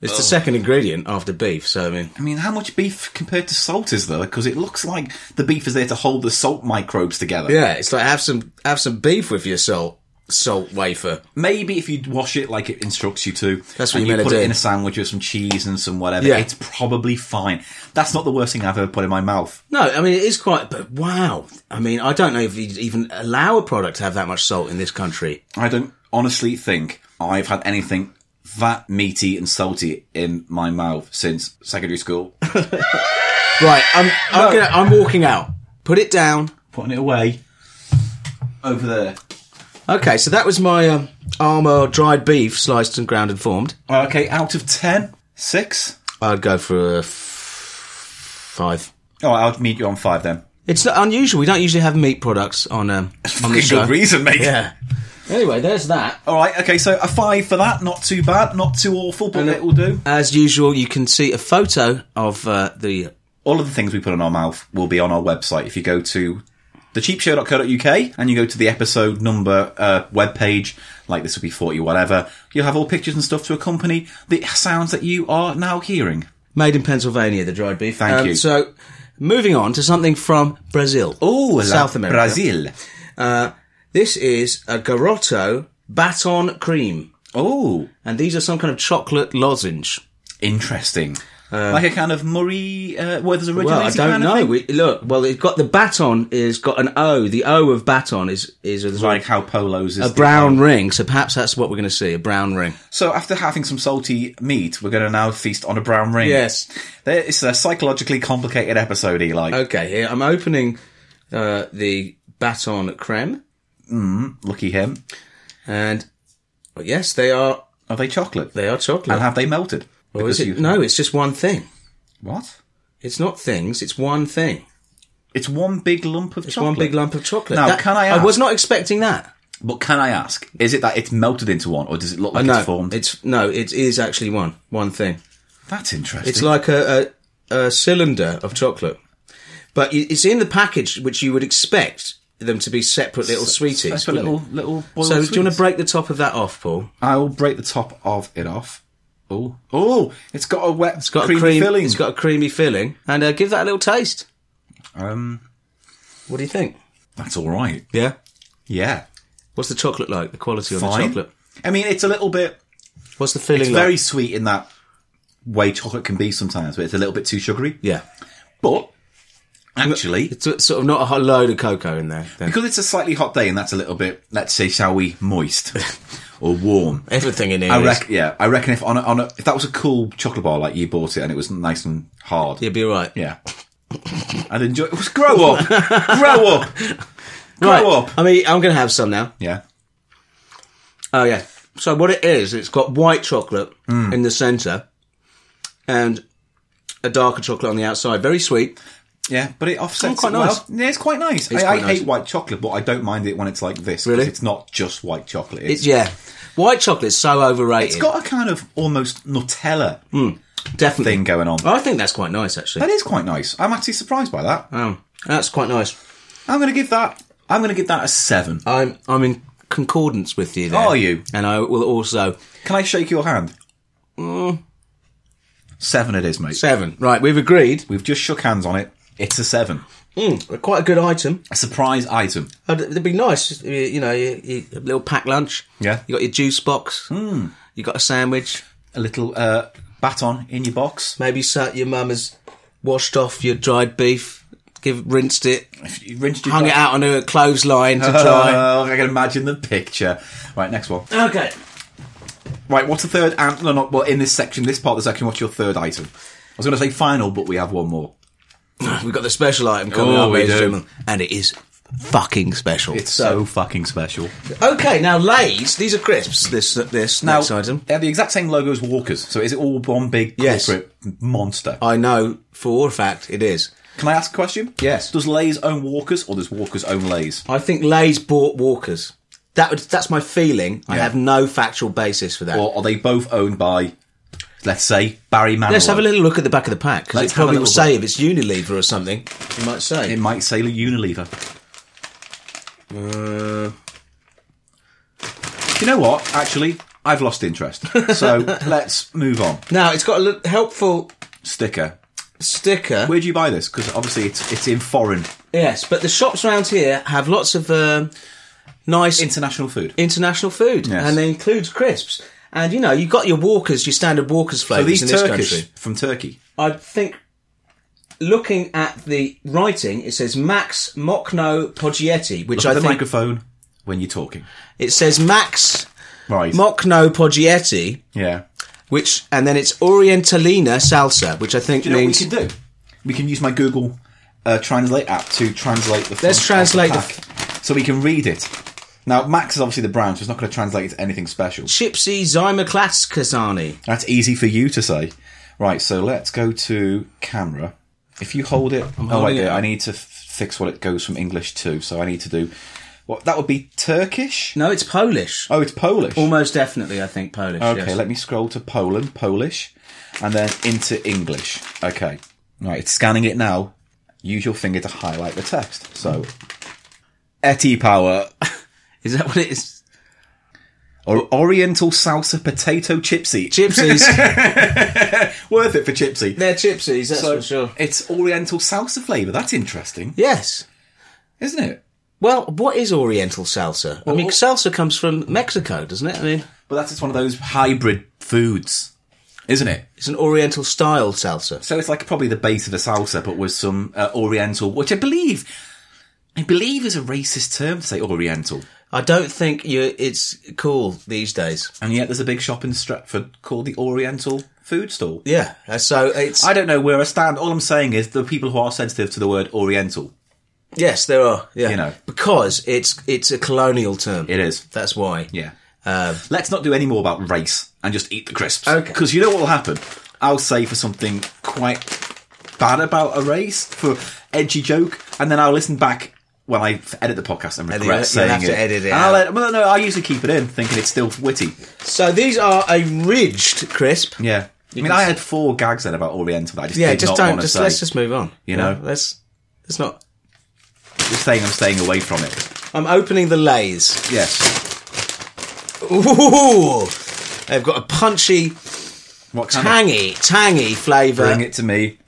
S3: It's the second ingredient after beef, so I mean,
S1: I mean, how much beef compared to salt is there? Because it looks like the beef is there to hold the salt microbes together.
S3: yeah, it's like have some have some beef with your salt salt wafer.
S1: Maybe if you wash it like it instructs you to,
S3: That's what
S1: and
S3: you meant
S1: put
S3: to
S1: it
S3: do.
S1: in a sandwich with some cheese and some whatever,
S3: Yeah.
S1: it's probably fine. That's not the worst thing I've ever put in my mouth.
S3: No, I mean it is quite. But wow, I mean I don't know if you even allow a product to have that much salt in this country.
S1: I don't honestly think I've had anything that meaty and salty in my mouth since secondary school.
S3: Right, I'm I'm, gonna, I'm walking out. Put it down.
S1: Putting it away over there.
S3: Okay, so that was my um, armour dried beef sliced and ground and formed.
S1: Okay, out of ten, six.
S3: I'd go for a f- five.
S1: Oh, I'll meet you on five then.
S3: It's not unusual. We don't usually have meat products on um, on the
S1: Good
S3: show.
S1: reason, mate.
S3: Yeah. Anyway, there's that.
S1: All right, okay, so a five for that. Not too bad, not too awful, but it will do.
S3: As usual, you can see a photo of uh, the.
S1: All of the things we put in our mouth will be on our website. If you go to thecheapshow.co.uk and you go to the episode number uh, webpage, like this will be 40 whatever, you'll have all pictures and stuff to accompany the sounds that you are now hearing.
S3: Made in Pennsylvania, the dried beef. Um,
S1: Thank you.
S3: So, moving on to something from Brazil.
S1: Oh,
S3: South America.
S1: Brazil.
S3: Uh, this is a Garoto Baton Cream.
S1: Oh,
S3: And these are some kind of chocolate lozenge.
S1: interesting. like a kind of Murray uh, Werther's originator
S3: Uh, Well, I don't
S1: kind of
S3: know.
S1: thing?
S3: We, look, well, it's got the baton is got an O. The O of baton is is a,
S1: Like how polos is
S3: a
S1: the-
S3: brown ring. So perhaps that's what we're going to see—a brown ring.
S1: So after having some salty meat, we're going to now feast on a brown ring.
S3: Yes. Uh,
S1: There- It's a psychologically complicated episode, Eli.
S3: Okay, here I'm opening uh, the baton creme,
S1: Lucky him.
S3: and well, yes, they are
S1: Are they chocolate?
S3: they are chocolate.
S1: And have they melted?
S3: Or is
S1: Because
S3: it?
S1: you-
S3: No, it's just one thing.
S1: What?
S3: It's not things. It's one thing.
S1: It's one big lump of
S3: It's
S1: chocolate.
S3: one big lump of chocolate.
S1: Now,
S3: That-
S1: can I ask-
S3: I was not expecting that.
S1: But can I ask, is it that it's melted into one, or does it look like
S3: no,
S1: it's formed?
S3: it's no, it is actually one one thing.
S1: That's interesting.
S3: It's like a, a, a cylinder of chocolate, but i- it's in the package, which you would expect them to be separate little sweeties.
S1: That's a
S3: wouldn't
S1: little,
S3: it?
S1: little boiled
S3: So do you want
S1: sweets.
S3: to break the top of that off, Paul?
S1: I will break the top of it off. Oh, oh! It's got a wet, it's
S3: It's got
S1: creamy
S3: a cream,
S1: filling.
S3: It's got a creamy filling, and uh, give that a little taste.
S1: Um,
S3: What do you think?
S1: that's all right.
S3: Yeah.
S1: Yeah,
S3: What's the chocolate like? The quality of the
S1: fine.
S3: chocolate.
S1: I mean, it's a little bit.
S3: What's the filling
S1: It's
S3: like?
S1: very sweet in that way chocolate can be sometimes, but it's a little bit too sugary.
S3: yeah.
S1: But actually,
S3: It's a- sort of not a hot load of cocoa in there. Then.
S1: because it's a slightly hot day and that's a little bit, let's say, shall we, moist or warm.
S3: Everything in here.
S1: I
S3: is-
S1: reckon, yeah, I reckon if on a, on a, if that was a cool chocolate bar like you bought it and it was nice and hard,
S3: You'll be all right.
S1: yeah, I'd enjoy. It was grow up, grow up, grow
S3: Right.
S1: up.
S3: I mean, I'm going to have some now.
S1: Yeah.
S3: Oh yeah. So what it is, it's got white chocolate
S1: Mm.
S3: in the centre, and a darker chocolate on the outside. Very sweet.
S1: Yeah, but it offsets
S3: Oh, quite
S1: it well.
S3: nice.
S1: Yeah, it's quite nice. I,
S3: quite
S1: I
S3: nice.
S1: hate white chocolate, but I don't mind it when it's like this. 'cause
S3: Really?
S1: It's not just white chocolate.
S3: It's yeah. White chocolate's so overrated.
S1: it's got a kind of almost Nutella
S3: Mm. definitely.
S1: thing going on.
S3: I think that's quite nice actually.
S1: That is quite nice. I'm actually surprised by that.
S3: Oh, that's quite nice.
S1: I'm going to give that. I'm going to give that a seven.
S3: I'm I'm in concordance with you there.
S1: Are you?
S3: And I will also
S1: Can I shake your hand?
S3: Mm.
S1: Seven it is, mate.
S3: seven. Right, we've agreed.
S1: We've just shook hands on it. It's a seven.
S3: Mm, quite a good item.
S1: A surprise item.
S3: Uh, It'd be nice, you- you know, you, you, a little packed lunch.
S1: Yeah.
S3: You got your juice box. Mm. You got a sandwich.
S1: A little uh, baton in your box.
S3: Maybe sat your mum has washed off your dried beef, give rinsed it,
S1: If you rinsed your
S3: hung it
S1: box-
S3: out on a clothesline to dry.
S1: Oh, I can imagine the picture. Right, next one.
S3: okay.
S1: Right, what's the third? And no, not well. In this section, this part of the section, what's your third item? I was going to say final, but we have one more.
S3: We've got the special item coming
S1: Oh,
S3: up,
S1: we
S3: ladies and
S1: do.
S3: gentlemen, and it is fucking special.
S1: It's so fucking special.
S3: okay. Now, Lay's, these are crisps. This this
S1: Now,
S3: next item.
S1: they're Oh, the exact same logo as Walkers, so is it all one big
S3: Yes.
S1: corporate monster?
S3: I know for a fact it is.
S1: Can I ask a question?
S3: Yes.
S1: Does Lay's own Walkers, or does Walkers own Lay's?
S3: I think Lay's bought Walkers. That would, that's my feeling. I have no factual basis for that.
S1: Or are they both owned by, let's say, Barry Manilow?
S3: Let's have a little look at the back of the pack because
S1: Let's
S3: it
S1: have a
S3: probably will
S1: little
S3: say if it's Unilever or something. It might say.
S1: It might say Unilever.
S3: Uh,
S1: Do you know what? Actually, I've lost interest. So let's move on.
S3: Now it's got a l- helpful
S1: Sticker.
S3: sticker.
S1: Where do you buy this? Because obviously it's it's in foreign
S3: Yes, but the shops around here have lots of um, nice
S1: international food.
S3: international food,
S1: Yes.
S3: and it includes crisps. And you know, you've got your Walkers, your standard Walkers
S1: Are
S3: flavours
S1: these
S3: in this
S1: Turkish
S3: country.
S1: from Turkey?
S3: I think looking at the writing, it says Max Mokno Poggietti, which
S1: Look at
S3: I
S1: the
S3: think
S1: microphone when you're talking.
S3: it says Max
S1: Right.
S3: Mokno Poggietti,
S1: yeah.
S3: which and then it's Orientalina salsa, which I think
S1: Do you know
S3: means
S1: what we can do? We can use my Google uh, Translate app to translate the.
S3: Let's
S1: front
S3: translate
S1: of
S3: the
S1: the pack so we can read it. Now Max is obviously the brand, so it's not going to translate into anything special.
S3: Chipsy Zymaclas Kazani.
S1: That's easy for you to say. Right, so let's go to camera. If you hold it, oh wait,
S3: holding it.
S1: I need to f- fix what it goes from English to. So I need to do what that would be Turkish.
S3: No, it's Polish.
S1: Oh, it's Polish.
S3: Almost definitely, I think Polish.
S1: Okay,
S3: yes.
S1: let me scroll to Poland, Polish, and then into English. Okay. Right, it's scanning it now. Use your finger to highlight the text. So, Eti Power,
S3: is that what it is?
S1: or Oriental Salsa Potato Chipsy.
S3: Gypsies.
S1: Worth it for Chipsy.
S3: They're gypsies, that's
S1: So,
S3: for sure.
S1: It's Oriental Salsa flavour. That's interesting,
S3: Yes.
S1: isn't it?
S3: Well, what is Oriental salsa? I mean, salsa comes from Mexico, doesn't it? I mean,
S1: But that's just one of those hybrid foods, isn't it?
S3: it's an Oriental style salsa.
S1: So it's like probably the base of a salsa, but with some uh, Oriental, which I believe, I believe is a racist term to say Oriental.
S3: I don't think you. It's cool these days.
S1: And yet there's a big shop in Stratford called the Oriental Food Stall.
S3: Yeah. uh, So it's
S1: I don't know where I stand. All I'm saying is the people who are sensitive to the word Oriental.
S3: yes, there are. Yeah.
S1: You know.
S3: because it's it's a colonial term.
S1: It is.
S3: That's why.
S1: Yeah. Uh,
S3: Um,
S1: Let's not do any more about race and just eat the crisps.
S3: Okay.
S1: Because you know what will happen? I'll say for something quite bad about a race, for edgy joke, and then I'll listen back when I f- edit the podcast and regret
S3: you'll- you'll
S1: saying
S3: have
S1: it.
S3: to edit it
S1: And I'll
S3: out.
S1: ed- well, no, I usually keep it in, thinking it's still witty.
S3: So these are a ridged crisp.
S1: Yeah. I mean,
S3: can
S1: I
S3: s-
S1: had four gags then about Oriental that I just
S3: Yeah.
S1: did
S3: just
S1: not
S3: don't.
S1: want to
S3: Just
S1: say.
S3: let's just move on.
S1: You know?
S3: Let's. It's not.
S1: Just saying I'm staying away from it.
S3: I'm opening the lays.
S1: Yes.
S3: Ooh, they've got a punchy,
S1: What kind of
S3: tangy, tangy flavour.
S1: bring it to me?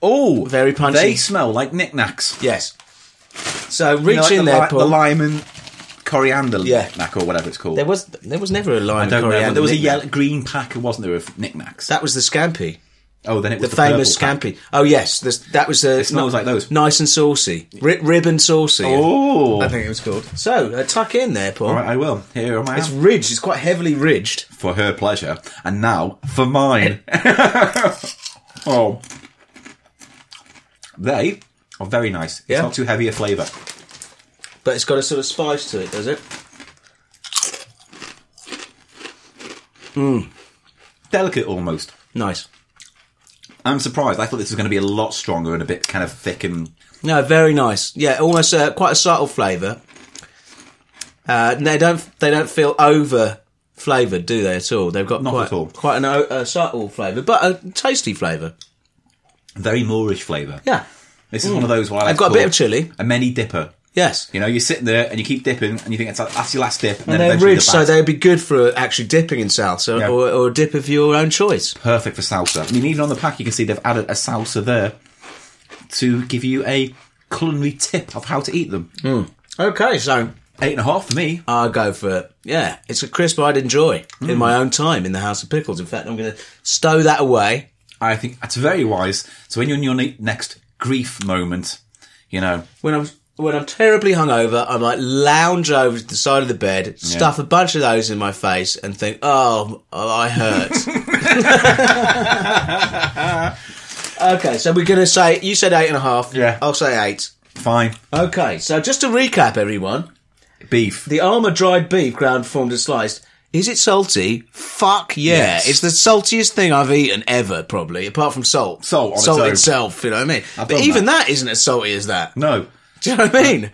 S1: Oh,
S3: Very punchy.
S1: They smell like knickknacks.
S3: Yes. So
S1: You
S3: reach
S1: know, like
S3: in
S1: the,
S3: there,
S1: li-
S3: Paul.
S1: the lime and coriander
S3: Yeah.
S1: knickknack or whatever it's called.
S3: There was there was never a lime.
S1: I don't
S3: coriander
S1: know. There was a
S3: knick-knack.
S1: yellow, green pack, wasn't there, of knickknacks?
S3: That was the scampi,
S1: oh, then it was
S3: the,
S1: the,
S3: famous
S1: purple pack.
S3: scampi. Oh yes, this, that was a. It
S1: smells like those.
S3: Nice and saucy, Ri rib and saucy.
S1: Oh,
S3: I think it was called. So uh, tuck in there, Paul.
S1: All right, I will. Here am I.
S3: It's ridged. It's quite heavily ridged.
S1: for her pleasure, and now for mine. oh, they are very nice. It's
S3: Yeah.
S1: not too heavy a flavour.
S3: But it's got a sort of spice to it, does it?
S1: Delicate almost.
S3: Nice.
S1: I'm surprised. I thought this was going to be a lot stronger and a bit kind of thick and
S3: No, very nice. Yeah, almost uh, quite a subtle flavour. Uh, they don't they don't feel over flavoured, do they at all? They've got
S1: Not
S3: quite
S1: at all.
S3: quite an o- uh, subtle flavour, but a tasty flavour.
S1: very Moorish flavour.
S3: Yeah. Mm.
S1: This is one of those where I like
S3: I've got a
S1: to
S3: bit
S1: call
S3: of chili.
S1: A many dipper.
S3: Yes.
S1: You know, you're sitting there and you keep dipping and you think it's like, that's your last dip. And, then
S3: And they're
S1: eventually
S3: ridged,
S1: the
S3: so
S1: batter-
S3: they'd be good for uh, actually dipping in salsa
S1: Yeah.
S3: or, or a dip of your own choice.
S1: perfect for salsa. I mean, even on the pack, you can see they've added a salsa there to give you a culinary tip of how to eat them.
S3: Okay, so
S1: Eight and a half for me.
S3: I'll go for it. Yeah, it's a crisp I'd enjoy in my own time in the House of Pickles. In fact, I'm going to stow that away.
S1: I think that's very wise. So when you're in your ne- next grief moment, you know,
S3: when I'm when I'm terribly hungover, I might lounge over to the side of the bed, stuff a bunch of those in my face, and think, "Oh, I hurt." okay, so we're gonna say you said eight and a half.
S1: Yeah.
S3: I'll say eight.
S1: Oh, fine.
S3: Okay, so just to recap, everyone,
S1: Beef.
S3: the Armour dried beef, ground, formed, and sliced. Is it salty? Fuck yeah!
S1: Yes.
S3: It's the saltiest thing I've eaten ever, probably, apart from salt.
S1: Salt on its uh,
S3: salt
S1: own.
S3: itself. You know what I mean? but
S1: done
S3: even that isn't as salty as that.
S1: no.
S3: Do you know what I mean?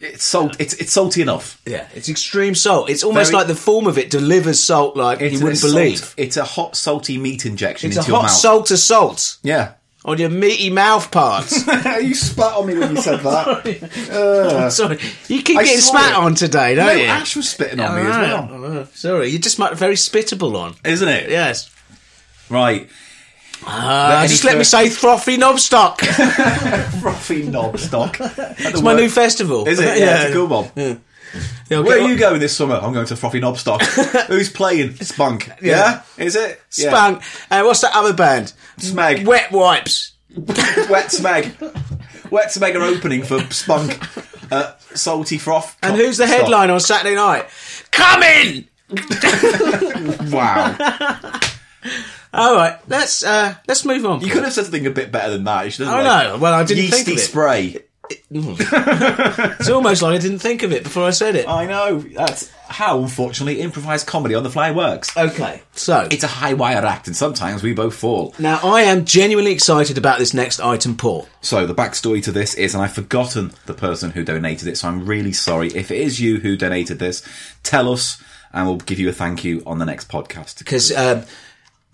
S1: It's salt. It's it's salty enough.
S3: Yeah, it's extreme salt. It's almost
S1: Very-
S3: like the form of it delivers salt like
S1: It's
S3: you
S1: a
S3: wouldn't
S1: salt-
S3: believe.
S1: It's a hot salty meat injection
S3: It's a
S1: into your
S3: hot
S1: mouth.
S3: salt to salt.
S1: Yeah.
S3: on your meaty mouth parts.
S1: you spat on me when you said that.
S3: sorry, you keep
S1: I
S3: getting
S1: saw
S3: spat
S1: it.
S3: on today, don't
S1: No,
S3: you?
S1: Ash was spitting on me as
S3: Alright.
S1: well.
S3: Oh, sorry, you just might very spittable on.
S1: Isn't it?
S3: Yes.
S1: Right.
S3: Uh, just let me say frothy knobstock. it's
S1: Frothy knobstock. It's
S3: my new festival.
S1: Is it? Yeah, it's a good one.
S3: Yeah, I'll
S1: Where
S3: get
S1: are you
S3: one-
S1: going this summer? I'm going to Frothy Knobstock. Who's playing? Spunk. Yeah? Is it? Yeah.
S3: Spunk. Uh, what's that other band?
S1: Smeg. Wet,
S3: Wet Wipes.
S1: Smeg. Wet Smeg are opening for Spunk. Uh, salty Froth.
S3: And who's the headline on Saturday night? Come in!
S1: Wow.
S3: All right, let's uh, let's move on.
S1: You could have said something a bit better than that. You should have
S3: I
S1: like,
S3: know. Well, I didn't
S1: Yeasty
S3: think of it.
S1: spray.
S3: It's almost like I didn't think of it before I said it.
S1: I know. That's how, unfortunately, improvised comedy on the fly works.
S3: Okay, so
S1: It's a high wire act, and sometimes we both fall.
S3: now I am genuinely excited about this next item, Paul.
S1: So the backstory to this is, and I've forgotten the person who donated it, so I'm really sorry. If it is you who donated this, tell us, and we'll give you a thank you on the next podcast.
S3: because um,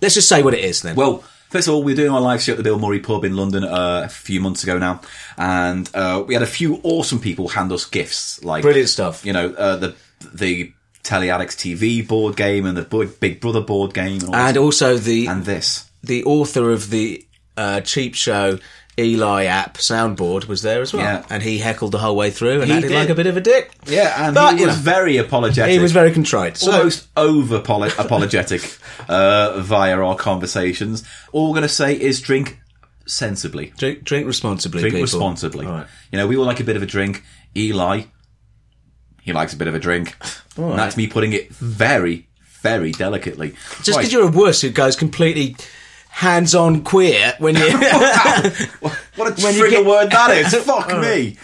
S3: let's just say what it is then.
S1: Well, first of all, we were doing our live show at the Bill Murray Pub in London uh, a few months ago now, and uh, we had a few awesome people hand us gifts, like
S3: Brilliant stuff.
S1: You know, uh, the the Teleaddicts TV board game and the Bo- Big Brother board game, and, all
S3: and also the
S1: and this.
S3: the author of the uh, cheap show Eli app soundboard was there as well,
S1: Yeah.
S3: and he heckled the whole way through and
S1: He
S3: acted
S1: did.
S3: like a bit of a dick.
S1: Yeah, and
S3: But,
S1: he
S3: you
S1: was
S3: know,
S1: very apologetic.
S3: he was very contrite. So
S1: almost over poli- apologetic uh, via our conversations. All we're going to say is drink sensibly,
S3: drink, drink responsibly,
S1: drink
S3: people.
S1: responsibly.
S3: All right.
S1: You know, we all like a bit of a drink. Eli, he likes a bit of a drink. And That's me putting it very, very delicately.
S3: Just
S1: Right.
S3: because you're a wuss who goes completely hands-on queer when you
S1: what a
S3: when you
S1: trigger
S3: get-
S1: word that is! Fuck me.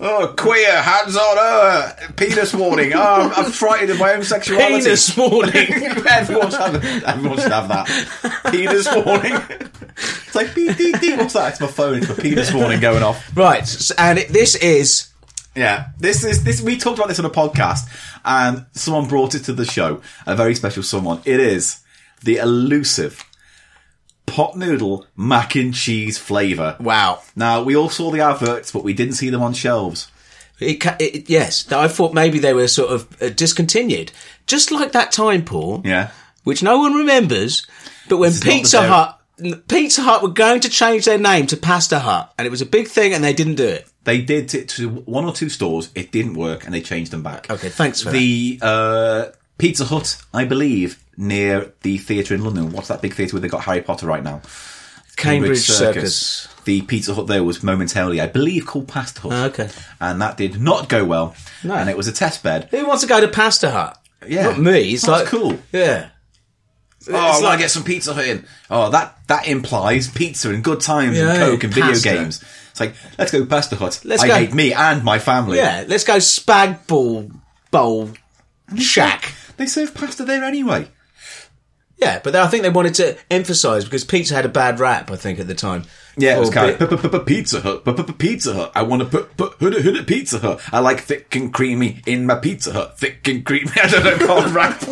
S1: Oh, queer, hands on her, penis warning. Oh, I'm, I'm frightened of my own sexuality.
S3: penis warning.
S1: everyone, should have, everyone should have that. Penis warning. It's like, beep, beep, beep. what's that? It's my phone. It's my penis warning going off.
S3: right, s- and it, this is
S1: Yeah. This is, this, we talked about this on a podcast and someone brought it to the show. A very special someone. It is the elusive pot noodle mac and cheese flavour.
S3: wow.
S1: Now, we all saw the adverts, but we didn't see them on shelves.
S3: It, ca- it, it- yes, I thought maybe they were sort of uh, discontinued, just like that time, Paul.
S1: Yeah.
S3: which no one remembers. But when
S1: not
S3: Pizza
S1: the
S3: Hut, n- Pizza Hut were going to change their name to Pasta Hut, and it was a big thing, and they didn't do it.
S1: They did it to one or two stores. It didn't work, and they changed them back.
S3: Okay, thanks for
S1: the uh, Pizza Hut, I believe, near the theatre in London. What's that big theatre where they got Harry Potter right now?
S3: Cambridge Circus. Ah,
S1: Circus. The Pizza Hut there was momentarily, I believe, called Past Hut.
S3: Okay.
S1: and that did not go well. and it was a test bed.
S3: Who wants to go to Pasta Hut?
S1: Yeah,
S3: Not me. It's
S1: That's
S3: like
S1: cool.
S3: Yeah.
S1: Oh, I want
S3: like-
S1: to get some Pizza Hut in. Oh, that that implies pizza and good times
S3: Yeah,
S1: and coke and
S3: pasta.
S1: video games. It's like let's go Pasta Hut.
S3: Let's
S1: I
S3: go-
S1: hate me and my family.
S3: Yeah. Let's go Spag Ball Bowl Shack.
S1: They serve pasta there anyway.
S3: Yeah, but I think they wanted to emphasise because pizza had a bad rap. I think at the time.
S1: Yeah, it
S3: For
S1: was
S3: a
S1: kind
S3: bit-
S1: of Pizza Hut, Pizza Hut. I want to put put hood hood at Pizza Hut. I like thick and creamy in my Pizza Hut. Thick and creamy. I don't know. Can't rap.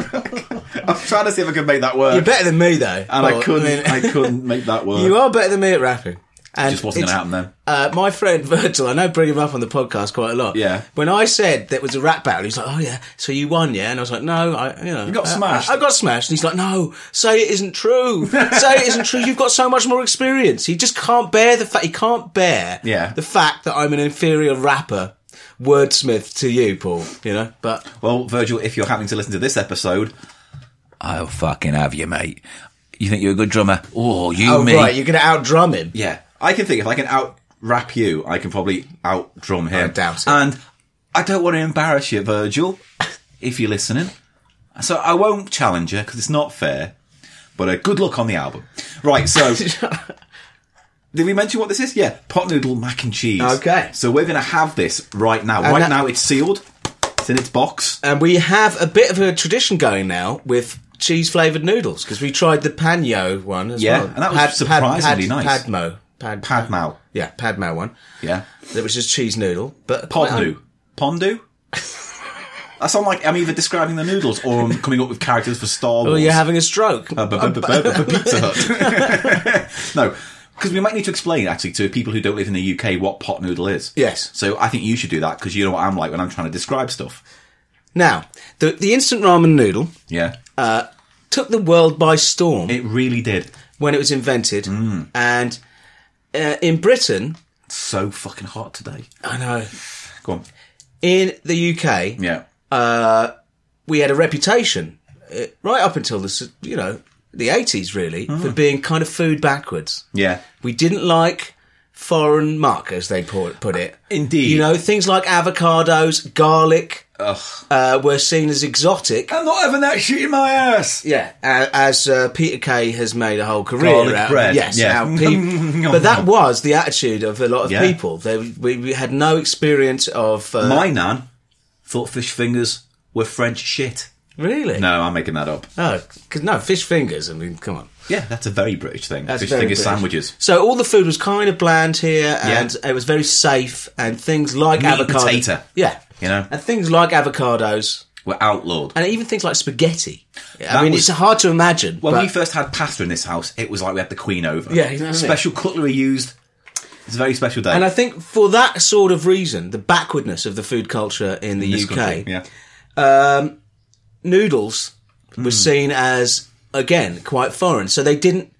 S1: I'm trying to see if I can make that
S3: You're
S1: work,
S3: better than me though.
S1: and
S3: Paul.
S1: I couldn't.
S3: mean,
S1: I couldn't make that work.
S3: you are better than me at rapping. And
S1: just wasn't going to happen
S3: it's-
S1: then.
S3: Uh, my friend Virgil, I know I bring him up on the podcast quite a lot.
S1: Yeah.
S3: When I said that was a rap battle, he's like, "Oh yeah, so you won, yeah?" And I was like, "No, I, you know, you
S1: got smashed.
S3: I, got smashed." And he's like, "No, say it isn't true. say it isn't true. You've got so much more experience. He just can't bear the fact. He can't bear
S1: Yeah.
S3: the fact that I'm an inferior rapper, wordsmith to you, Paul. You know, but
S1: Well, Virgil, if you're happening to listen to this episode, I'll fucking have you, mate. You think you're a good drummer? Oh, you
S3: oh right, you're going to outdrum him.
S1: Yeah, I can think if I can out rap you, I can probably out drum him.
S3: I doubt it.
S1: And I don't want to embarrass you, Virgil, if you're listening. So I won't challenge you because it's not fair. But uh, good luck on the album. Right, so. Did we mention what this is? Yeah, pot noodle mac and cheese.
S3: Okay.
S1: So we're going to have this right now. right
S3: that-
S1: now it's sealed. It's in its box.
S3: And we have a bit of a tradition going now with cheese flavored noodles because we tried the panyo one as
S1: Yeah,
S3: well.
S1: and that was surprisingly nice.
S3: Padmo. Pad,
S1: Padmao.
S3: Yeah, Padmo one.
S1: Yeah.
S3: That was just cheese noodle. But
S1: Pondu. Pondu? I sound like I'm either describing the noodles or I'm coming up with characters for Star Wars.
S3: Oh. Well, you're having a stroke.
S1: Uh, bu- bu- bu- bu- bu- Pizza Hut. no, Because we might need to explain actually to people who don't live in the UK what pot noodle is.
S3: Yes.
S1: So I think you should do that because you know what I'm like when I'm trying to describe stuff.
S3: Now, the, the instant ramen noodle
S1: Yeah.
S3: Uh, took the world by storm
S1: it really did.
S3: when it was invented.
S1: Mm.
S3: And uh, in Britain,
S1: So fucking hot today.
S3: I know,
S1: Go on.
S3: in the UK,
S1: Yeah.
S3: we had a reputation uh, right up until the, s- you know, the 80s really for
S1: Mm.
S3: being kind of food backwards.
S1: Yeah.
S3: We didn't like foreign muck, as they pu- put it.
S1: Indeed.
S3: You know, things like avocados, garlic
S1: Ugh.
S3: uh, were seen as exotic.
S1: I'm not having that shit in my ass.
S3: Yeah, a- as uh, Peter Kay has made a whole career
S1: Garlic
S3: out.
S1: bread,
S3: Yes,
S1: yeah.
S3: out pe- but that was the attitude of a lot of
S1: Yeah.
S3: people. They, we, we had no experience of uh,
S1: My nan thought fish fingers were French shit.
S3: really.
S1: No, I'm making that up.
S3: Oh, 'cause- no fish fingers. I mean, come on.
S1: Yeah, that's a very British thing.
S3: That's
S1: fish
S3: very
S1: fingers
S3: British.
S1: sandwiches.
S3: So all the food was kind of bland here, and it was very safe. And things like
S1: Meat and
S3: avocado,
S1: potato.
S3: yeah,
S1: You know?
S3: and things like avocados,
S1: Were outlawed.
S3: and even things like spaghetti. I
S1: That
S3: mean,
S1: was-
S3: it's hard to imagine.
S1: When
S3: but
S1: we first had pasta in this house, it was like we had the queen over.
S3: Yeah, exactly.
S1: Special cutlery used. It's a very special day.
S3: and I think for that sort of reason, the backwardness of the food culture in the
S1: This
S3: UK,
S1: country, Yeah.
S3: noodles was seen as again quite foreign so they didn't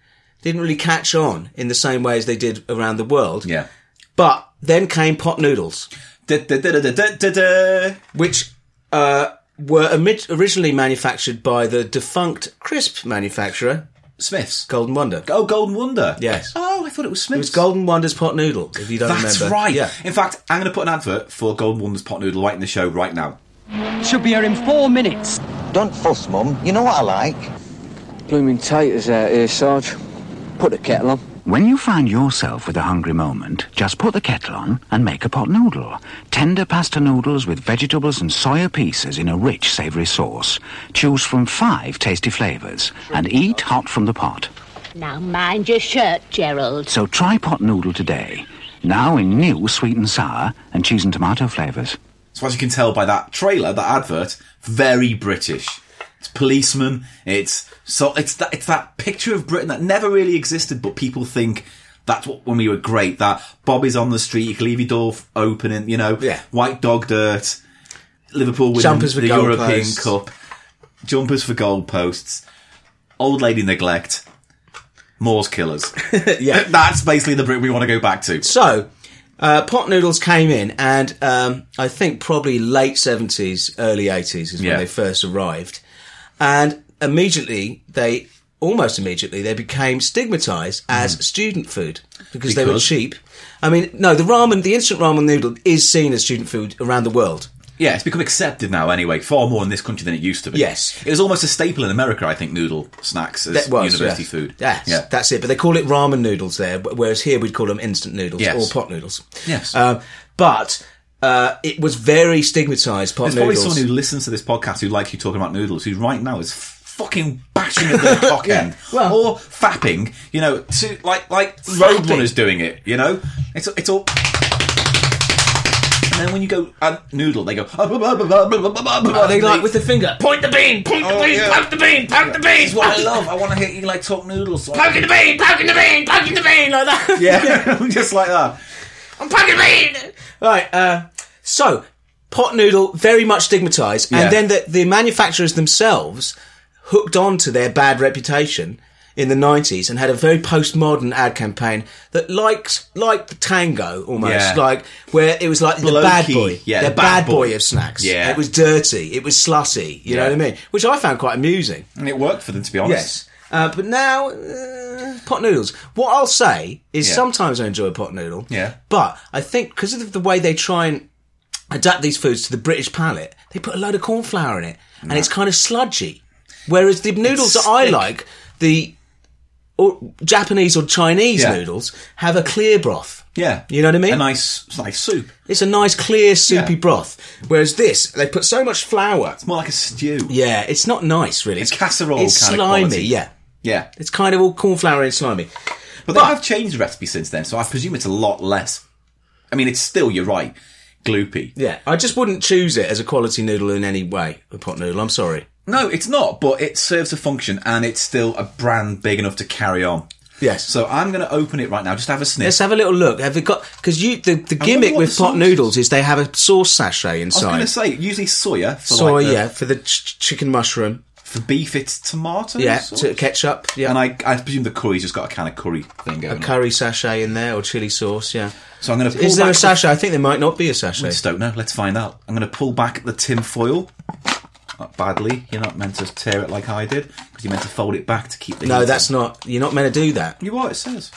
S3: didn't really catch on in the same way as they did around the world
S1: Yeah.
S3: but then came pot noodles
S1: Da, da, da, da, da, da, da.
S3: which uh, were omi- originally manufactured by the defunct crisp manufacturer
S1: Smiths.
S3: golden wonder it
S1: Oh, Golden Wonder.
S3: Yes.
S1: Oh, I thought it was Smiths.
S3: was golden wonder's pot noodle if you don't
S1: That's
S3: remember
S1: right.
S3: yeah
S1: In fact, I'm going to put an advert for Golden Wonder's Pot Noodle right in the show right now.
S5: Should be here in four minutes.
S6: Don't fuss, Mum. You know what I like.
S7: Blooming taters out here, Sarge. Put the kettle on.
S8: When you find yourself with a hungry moment, just put the kettle on and make a pot noodle. Tender pasta noodles with vegetables and soya pieces in a rich, savoury sauce. Choose from five tasty flavours and eat hot from the pot.
S9: Now mind your shirt, Gerald.
S8: So try pot noodle today. Now in new sweet and sour and cheese and tomato flavours.
S1: So as you can tell by that trailer, that advert, very British. It's policemen. It's so it's that it's that picture of Britain that never really existed, but people think that's what when we were great. That Bobby's on the street, you can leave your door f- open, and you know,
S3: Yeah.
S1: white dog dirt. Liverpool winning
S3: Jumpers with
S1: the
S3: goal
S1: European
S3: posts.
S1: Cup. Jumpers for goalposts. Old lady neglect. Moors killers.
S3: Yeah.
S1: that's basically the Britain we want to go back to.
S3: So, uh, pot noodles came in, and um, I think probably late seventies, early eighties is
S1: Yeah.
S3: when they first arrived, and immediately they. Almost immediately, they became stigmatized as student food because, they were
S1: Hmm. Because?
S3: cheap. I mean, no, the ramen, the instant ramen noodle is seen as student food around the world.
S1: Yeah, it's become accepted now anyway, far more in this country than it used to be.
S3: Yes.
S1: It was almost a staple in America, I think, noodle snacks as
S3: That was
S1: university
S3: yeah.
S1: food.
S3: Yes,
S1: Yeah.
S3: that's it. But they call it ramen noodles there, wh- whereas here we'd call them instant noodles
S1: Yes.
S3: or pot noodles.
S1: Yes.
S3: Um, but uh, it was very stigmatized pot
S1: There's probably
S3: noodles.
S1: someone who listens to this podcast who likes you talking about noodles, who right now is fucking bashing at their cock end.
S3: well-
S1: or fapping, you know, to like like road runners doing it, you know? It's it's all and then when you go uh, noodle, they go. Are
S3: Are Oh, they like with the finger? Point the bean, point the
S1: Oh,
S3: bean,
S1: yeah.
S2: Poke the bean, poke the bean,
S1: It's what I love. I want to hear you like talk noodles. So I-
S2: poking the bean, poking the bean, poking the bean, like that.
S1: yeah, just like that.
S2: I'm poking the bean.
S3: Right, uh, so pot noodle very much stigmatized,
S1: Yeah.
S3: and then the, the manufacturers themselves hooked on to their bad reputation in the 90s and had a very postmodern ad campaign that likes like the tango almost
S1: Yeah.
S3: like where it was like the
S1: Low
S3: bad
S1: key,
S3: boy
S1: yeah,
S3: the,
S1: the
S3: bad,
S1: bad
S3: boy.
S1: boy.
S3: of snacks
S1: Yeah.
S3: it was dirty it was slutty you know
S1: Yeah.
S3: what i mean which i found quite amusing
S1: And it worked for them, to be honest.
S3: Yes. Uh, but now, uh, pot noodles. What I'll say is
S1: Yeah.
S3: sometimes I enjoy a pot noodle.
S1: Yeah.
S3: But I think because of the way they try and adapt these foods to the British palate, they put a load of corn flour in it and it's kind of sludgy. Whereas the noodles that I
S1: thick.
S3: like, the or Japanese or Chinese
S1: Yeah.
S3: noodles, have a clear broth.
S1: Yeah.
S3: You know what I mean?
S1: A nice, nice soup.
S3: It's a nice, clear, soupy
S1: Yeah.
S3: broth. Whereas this, they put so much flour.
S1: More like a stew.
S3: Yeah, it's not nice, really.
S1: A casserole
S3: It's
S1: kind of
S3: slimy.
S1: quality.
S3: yeah,
S1: Yeah.
S3: it's kind of all corn flour and slimy.
S1: But they have changed the recipe since then, so I presume it's a lot less. I mean, it's still, you're right, gloopy.
S3: Yeah, I just wouldn't choose it as a quality noodle in any way. A pot noodle. I'm sorry.
S1: No, it's not, but it serves a function and it's still a brand big enough to carry on.
S3: Yes.
S1: So I'm going to open it right now. Just have a sniff.
S3: Let's have a little look. Have we got because you the, the
S1: I wonder
S3: gimmick
S1: what
S3: with
S1: the
S3: pot
S1: sauce
S3: noodles is they have a sauce sachet
S1: I was going
S3: inside.
S1: to say usually soya for
S3: Soy,
S1: like the-
S3: yeah, for the ch- chicken mushroom,
S1: for beef it's tomato
S3: yeah,
S1: sauce.
S3: to ketchup, yeah,
S1: and I, I presume the curry's just got a kind of curry thing going.
S3: a
S1: on.
S3: curry sachet in there or chili sauce, yeah.
S1: So I'm going to.
S3: Is there a sachet? I think there might not be a sachet.
S1: I just don't know. Let's find out. I'm going to pull back the tin foil. Not badly. You're not meant to tear it like I did because you're meant to fold it back to keep the.
S3: no,
S1: heat
S3: that's
S1: in.
S3: not. You're not meant to do that.
S1: You are. It says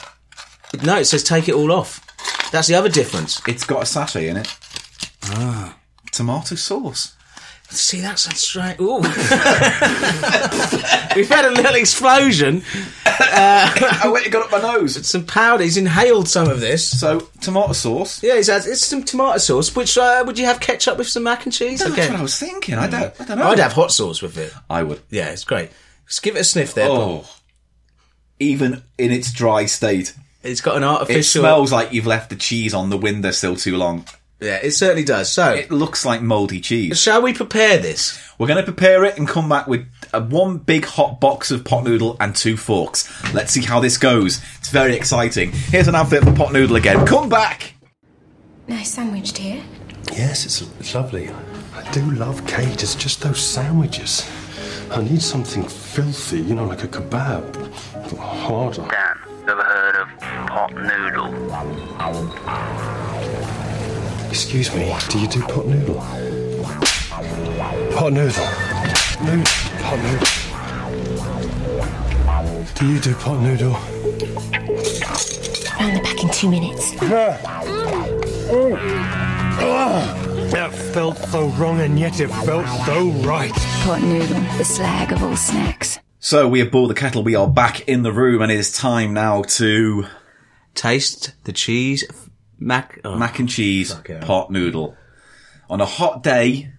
S3: No, it says take it all off. That's the other difference.
S1: it's got a sachet in it. Ah. Tomato sauce.
S3: See, that sounds strange. Ooh. We've had a little explosion.
S1: oh wait, it got up my nose.
S3: Some powder. He's inhaled some of this.
S1: So tomato sauce.
S3: Yeah, he's had, it's some tomato sauce. Which uh, would you have ketchup with some mac and cheese?
S1: That's
S3: Okay.
S1: what I was thinking. I don't. I don't know.
S3: I'd have hot sauce with it.
S1: I would.
S3: Yeah, it's great. Just give it a sniff there. Bob.
S1: Oh. Even in its dry state,
S3: It's got an
S1: it
S3: artificial.
S1: smells like you've left the cheese on the windowsill too long.
S3: Yeah, it certainly does. So,
S1: It looks like mouldy cheese.
S3: shall we prepare this?
S1: We're going to prepare it and come back with uh one big hot box of pot noodle and two forks. Let's see how this goes. It's very exciting. Here's an advert for pot noodle again. Come back.
S10: Nice sandwich, dear.
S11: Yes, it's, it's lovely. I do love cake. It's just those sandwiches. I need something filthy, you know, like a kebab, but harder.
S12: Dan, ever heard of pot noodle?
S11: Excuse me, do you do pot noodle? Pot noodle. Noodle. Pot noodle. Do you do pot noodle?
S10: Round the back in two minutes.
S11: That felt so wrong, and yet it felt so right.
S10: Pot noodle, the slag of all snacks.
S1: So we have boiled the kettle. We are back in the room, and it is time now to
S3: Taste the cheese mac. oh.
S1: mac and cheese
S3: it.
S1: pot noodle on a hot day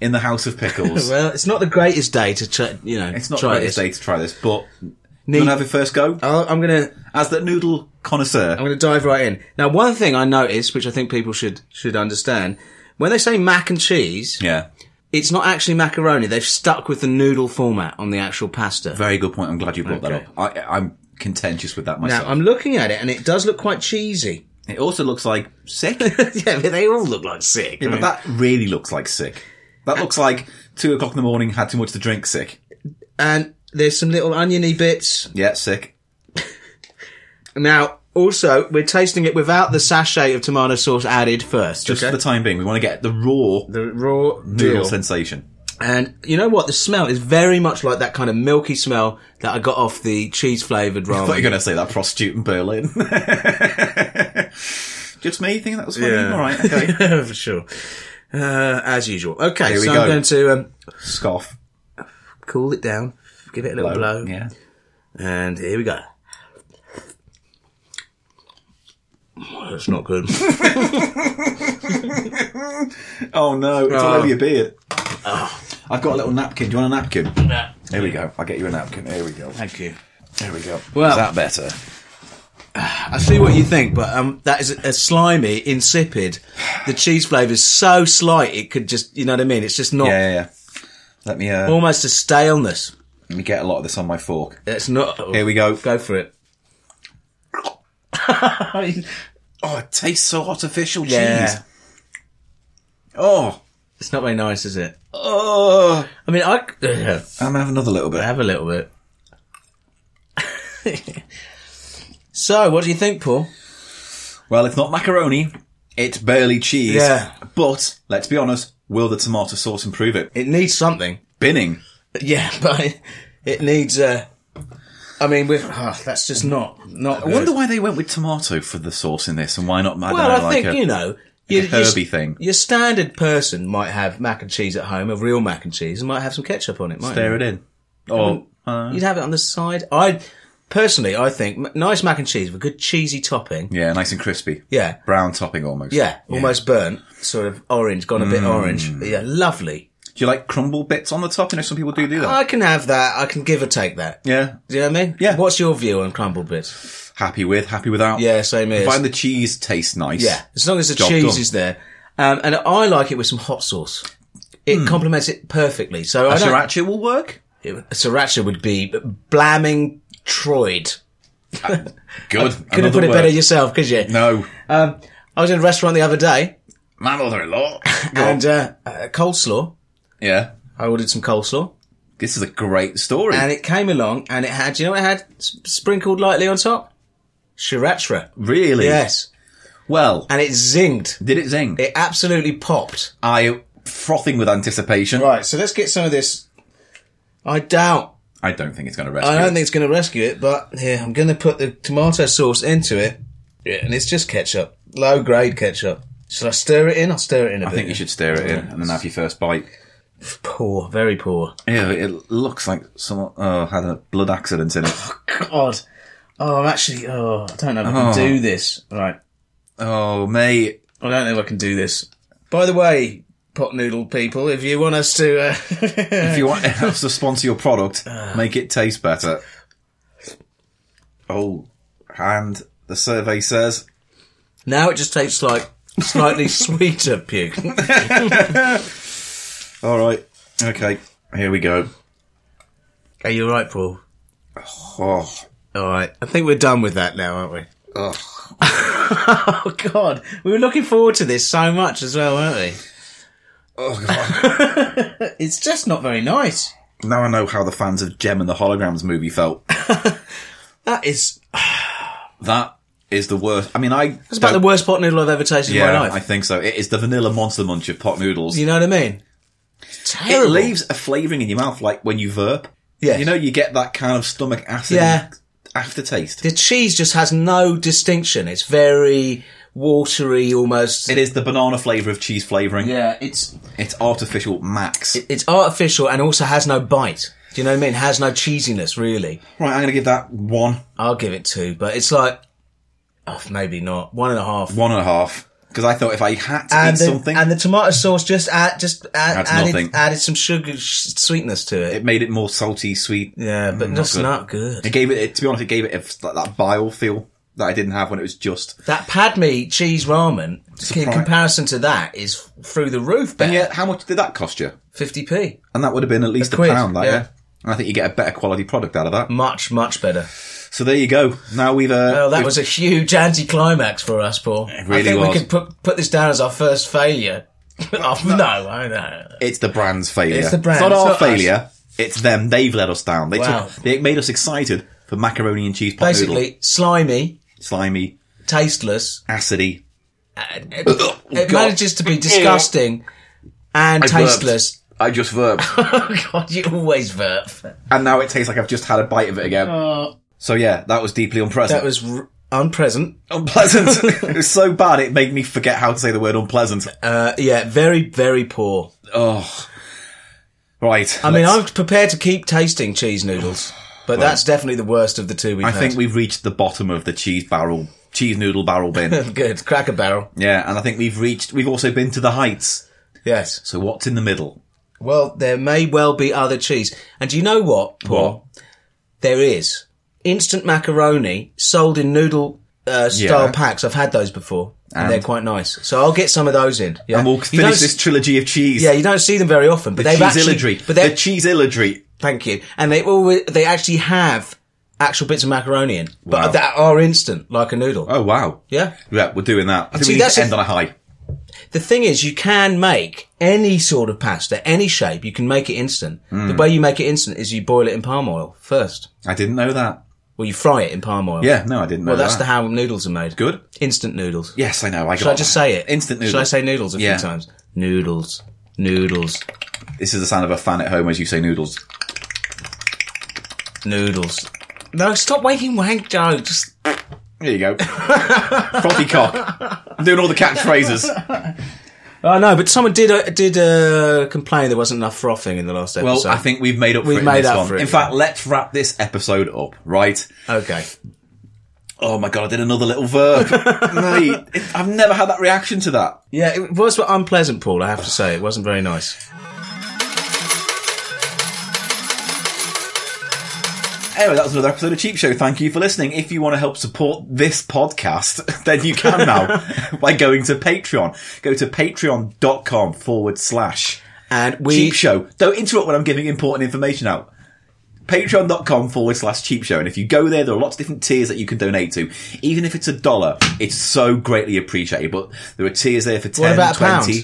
S1: in the house of pickles.
S3: Well, it's not the greatest day to try. You know,
S1: it's not
S3: try
S1: the greatest
S3: this.
S1: day to try this, but you
S3: Need-
S1: want to have your first go
S3: I'll- I'm gonna
S1: as the noodle connoisseur.
S3: I'm gonna dive right in. Now, one thing I noticed, which I think people should should understand, when they say mac and cheese,
S1: yeah,
S3: it's not actually macaroni. They've stuck with the noodle format on the actual pasta.
S1: very good point. I'm glad you brought
S3: Okay.
S1: that up. I, I'm contentious with that myself.
S3: now, I'm looking at it, and it does look quite cheesy.
S1: it also looks like sick.
S3: yeah, but they all look like sick.
S1: Yeah,
S3: I
S1: but
S3: mean-
S1: that really looks like sick. That looks like two o'clock in the morning, had too much to drink, sick.
S3: and there's some little oniony bits.
S1: Yeah, sick.
S3: Now, also, we're tasting it without the sachet of tomato sauce added first.
S1: Just
S3: okay?
S1: for the time being, we want to get the raw
S3: the raw
S1: noodle
S3: deal.
S1: sensation.
S3: And you know what? The smell is very much like that kind of milky smell that I got off the cheese flavored
S1: I thought you
S3: ramen.
S1: were going to say that prostitute in Berlin. Just me thinking that was funny.
S3: Yeah.
S1: All right, okay.
S3: for sure. Uh, as usual. Okay,
S1: Here we
S3: so
S1: go.
S3: I'm going to um,
S1: Scoff.
S3: cool it down, give it a little
S1: Blow.
S3: blow,
S1: Yeah.
S3: and here we go. Well, That's not good.
S1: Oh no, it's all
S3: Oh.
S1: over your beard. I've got a little napkin. Do you want a napkin? No. Here we go. I'll get you a napkin. Here we go.
S3: Thank you.
S1: Here we go.
S3: Well-
S1: Is that better?
S3: I see what you think, but um, that is a, slimy, insipid. The cheese flavour is so slight it could just, you know what I mean? It's just not
S1: Yeah, yeah, yeah. Let me uh,
S3: almost a staleness.
S1: let me get a lot of this on my fork.
S3: It's not.
S1: Here we go.
S3: Go for it.
S1: Oh, it tastes so artificial cheese.
S3: Yeah.
S1: Oh,
S3: It's not very nice, is it?
S1: oh.
S3: I mean, I yeah,
S1: I'm having another little bit.
S3: have a little bit. so, what do you think, Paul?
S1: Well, it's not macaroni. It's barely cheese.
S3: Yeah.
S1: But let's be honest. Will the tomato sauce improve it?
S3: It needs something.
S1: Binning.
S3: Yeah, but it, it needs. Uh, I mean, with oh, that's just not not.
S1: I wonder why they went with tomato for the sauce in this, and why not? I
S3: Well,
S1: don't
S3: I
S1: know, like
S3: think
S1: a-
S3: you know. Your, your-
S1: herby thing.
S3: Your standard person might have mac and cheese at home, a real mac and cheese, and might have some ketchup on it. Might
S1: Stare it in. Or
S3: Um,
S1: uh,
S3: You'd have it on the side. I personally, I think m- nice mac and cheese with a good cheesy topping.
S1: yeah, nice and crispy.
S3: Yeah.
S1: brown topping almost.
S3: Yeah, almost burnt, sort of orange, gone a bit
S1: Mm.
S3: orange. Yeah, lovely.
S1: Do you like crumble bits on the top? You know, some people do do that.
S3: I can have that. I can give or take that.
S1: yeah,
S3: Do you know what I mean?
S1: Yeah.
S3: What's your view on crumble bits?
S1: happy with, happy without.
S3: Yeah, same here.
S1: Find the cheese tastes nice.
S3: Yeah, as long as the
S1: Job
S3: cheese
S1: done.
S3: is there, um, and I like it with some hot sauce. It complements it perfectly. So
S1: Hmm.
S3: I
S1: A
S3: don't,
S1: sriracha will work.
S3: It- sriracha would be blaming Troyd.
S1: Good.
S3: Couldn't have put it
S1: Another
S3: better
S1: word.
S3: yourself, could you?
S1: No.
S3: Um, I was in a restaurant the other day,
S1: My mother-in-law.
S3: and uh, uh, coleslaw.
S1: Yeah.
S3: I ordered some coleslaw,
S1: This is a great story.
S3: and it came along, and it had, you know, what it had S- sprinkled lightly on top sriracha.
S1: really?
S3: Yes,
S1: Well,
S3: and it zinged.
S1: did it zing?
S3: It absolutely popped.
S1: I frothing with anticipation.
S3: Right, so let's get some of this. I doubt.
S1: I don't think it's going to rescue.
S3: I don't
S1: it.
S3: think it's going to rescue it, but here I'm going to put the tomato sauce into it, yeah. and it's just ketchup, low grade ketchup. Should I stir it in? I'll stir it in a
S1: I
S3: bit.
S1: think you should stir it in and then have your first bite.
S3: Poor, very poor.
S1: Ew, it looks like someone oh, had a blood accident in it.
S3: God. Oh, I'm actually. Oh, I don't know if I can
S1: Oh.
S3: do this. Right.
S1: Oh, mate.
S3: I don't know if I can do this. By the way, pot noodle people, if you want us to, uh,
S1: If you want us to sponsor your product, make it taste better. Oh, and the survey says
S3: now it just tastes like slightly sweeter puke.
S1: All right. Okay. Here we go.
S3: Are you all right, Paul?
S1: Oh,
S3: All right. I think we're done with that now, aren't we? oh God, we were looking forward to this so much as well, weren't we?
S1: oh God.
S3: It's just not very nice.
S1: now I know how the fans of Gem and the Holograms movie felt.
S3: That is.
S1: That is the worst. I mean, I.
S3: That's about the worst pot noodle I've ever tasted in
S1: Yeah,
S3: my life.
S1: I think so. It is the vanilla monster munch of pot noodles.
S3: you know what I mean? It's
S1: it
S3: terrible.
S1: leaves a flavouring in your mouth like when you verp.
S3: Yes.
S1: You know, you get that kind of stomach acid
S3: Yeah.
S1: aftertaste.
S3: the cheese just has no distinction. It's very watery, almost.
S1: It is the banana flavour of cheese flavouring.
S3: Yeah, it's
S1: It's artificial max.
S3: it's artificial and also has no bite. Do you know what I mean? Has no cheesiness really.
S1: right, I'm going to give that one,
S3: I'll give it two, but it's like, oh, maybe not one and a half.
S1: one and a half. Because I thought if I had to
S3: And
S1: eat
S3: the,
S1: something,
S3: and the tomato sauce just add, just add,
S1: Adds
S3: added,
S1: nothing.
S3: added some sugar sh- sweetness to it.
S1: it made it more salty, sweet.
S3: yeah, but just
S1: good.
S3: not good.
S1: It gave it, it- to be honest, it gave it a, like that bile feel that I didn't have when it was just.
S3: That padme cheese ramen, in
S1: Surprise.
S3: comparison to that, is through the roof.
S1: And
S3: Better.
S1: yeah, how much did that cost you?
S3: 50p.
S1: And that would have been at least a,
S3: quid,
S1: pound, that,
S3: yeah.
S1: yeah. And I think you get a better quality product out of that.
S3: Much, much better.
S1: So there you go. Now we've. Uh,
S3: Well, that
S1: we've-
S3: was a huge anticlimax for us, Paul. It
S1: really
S3: I think
S1: was.
S3: we could put put this down as our first failure. oh, no, I know.
S1: It's the brand's failure.
S3: It's the brand,
S1: not
S3: it's
S1: our
S3: not
S1: failure. It's them. They've let us down. They
S3: Wow.
S1: took, they made us excited for macaroni and cheese pot
S3: Basically,
S1: noodle.
S3: slimy,
S1: Slimy,
S3: tasteless.
S1: acidy.
S3: and It, it
S1: Oh, God.
S3: manages to be disgusting and tasteless.
S1: I just verped.
S3: Oh God, you always verp.
S1: and now it tastes like I've just had a bite of it again. So yeah, that was deeply unpleasant.
S3: Uh, That was r- unpresent.
S1: unpleasant. it was so bad it made me forget how to say the word unpleasant.
S3: Uh, yeah, very, very poor.
S1: oh. Right.
S3: I mean, I'm prepared to keep tasting cheese noodles, but that's definitely the worst of the two we've
S1: I
S3: had.
S1: think we've reached the bottom of the cheese barrel, cheese noodle barrel bin.
S3: good. Cracker Barrel.
S1: yeah, and I think we've reached, we've also been to the heights.
S3: Yes.
S1: So what's in the middle?
S3: Well, there may well be other cheese. And do you know what, Paul?
S1: What?
S3: There is instant macaroni sold in noodle uh, style
S1: Yeah.
S3: packs. I've had those before, and,
S1: And?
S3: they're quite nice. So I'll get some of those in. Yeah.
S1: And we'll
S3: You don't
S1: finish this
S3: s-
S1: trilogy of cheese.
S3: yeah, you don't see them very often, but
S1: the
S3: they've
S1: cheese
S3: actually.
S1: illidrary.
S3: But
S1: the
S3: they
S1: cheese illidrary.
S3: thank you, and they always, they actually have actual bits of macaroni in, but
S1: Wow.
S3: that are instant, like a noodle.
S1: Oh wow.
S3: Yeah.
S1: Yeah, we're doing that. I think
S3: see,
S1: we need
S3: that's
S1: to
S3: a-
S1: end on a high.
S3: The thing is, you can make any sort of pasta, any shape. You can make it instant. The way you make it instant is you boil it in palm oil first.
S1: I didn't know that.
S3: Well, you fry it in palm oil.
S1: Yeah, no, I didn't know
S3: Well, that's
S1: that.
S3: the how noodles are made.
S1: Good.
S3: Instant noodles.
S1: Yes, I know. I got
S3: Should I just
S1: that.
S3: say it?
S1: Instant noodles.
S3: Should I say noodles a
S1: Yeah.
S3: few times? Noodles. Noodles.
S1: This is the sound of a fan at home as you say noodles.
S3: Noodles. No, stop making wank jokes.
S1: Here you go. Frothy cock. I'm doing all the catchphrases.
S3: I know, but someone did uh, did uh, complain there wasn't enough frothing in the last
S1: Well,
S3: episode.
S1: I think we've made up for
S3: We've
S1: it in
S3: made
S1: this
S3: up
S1: one.
S3: for it,
S1: in
S3: yeah.
S1: fact, let's wrap this episode up, right?
S3: Okay.
S1: Oh my god, I did another little verb. Mate, it- I've never had that reaction to that.
S3: Yeah, it was but unpleasant, Paul. I have to say, it wasn't very nice.
S1: Anyway, that was another episode of Cheap Show. Thank you for listening. If you want to help support this podcast, then you can now by going to Patreon. Go to patreon.com forward slash
S3: And we
S1: Cheap Show. Don't interrupt when I'm giving important information out. Patreon.com forward slash cheap show. And if you go there, there are lots of different tiers that you can donate to. Even if it's a dollar, it's so greatly appreciated. But there are tiers there for 10,
S3: What about a pound?
S1: 20.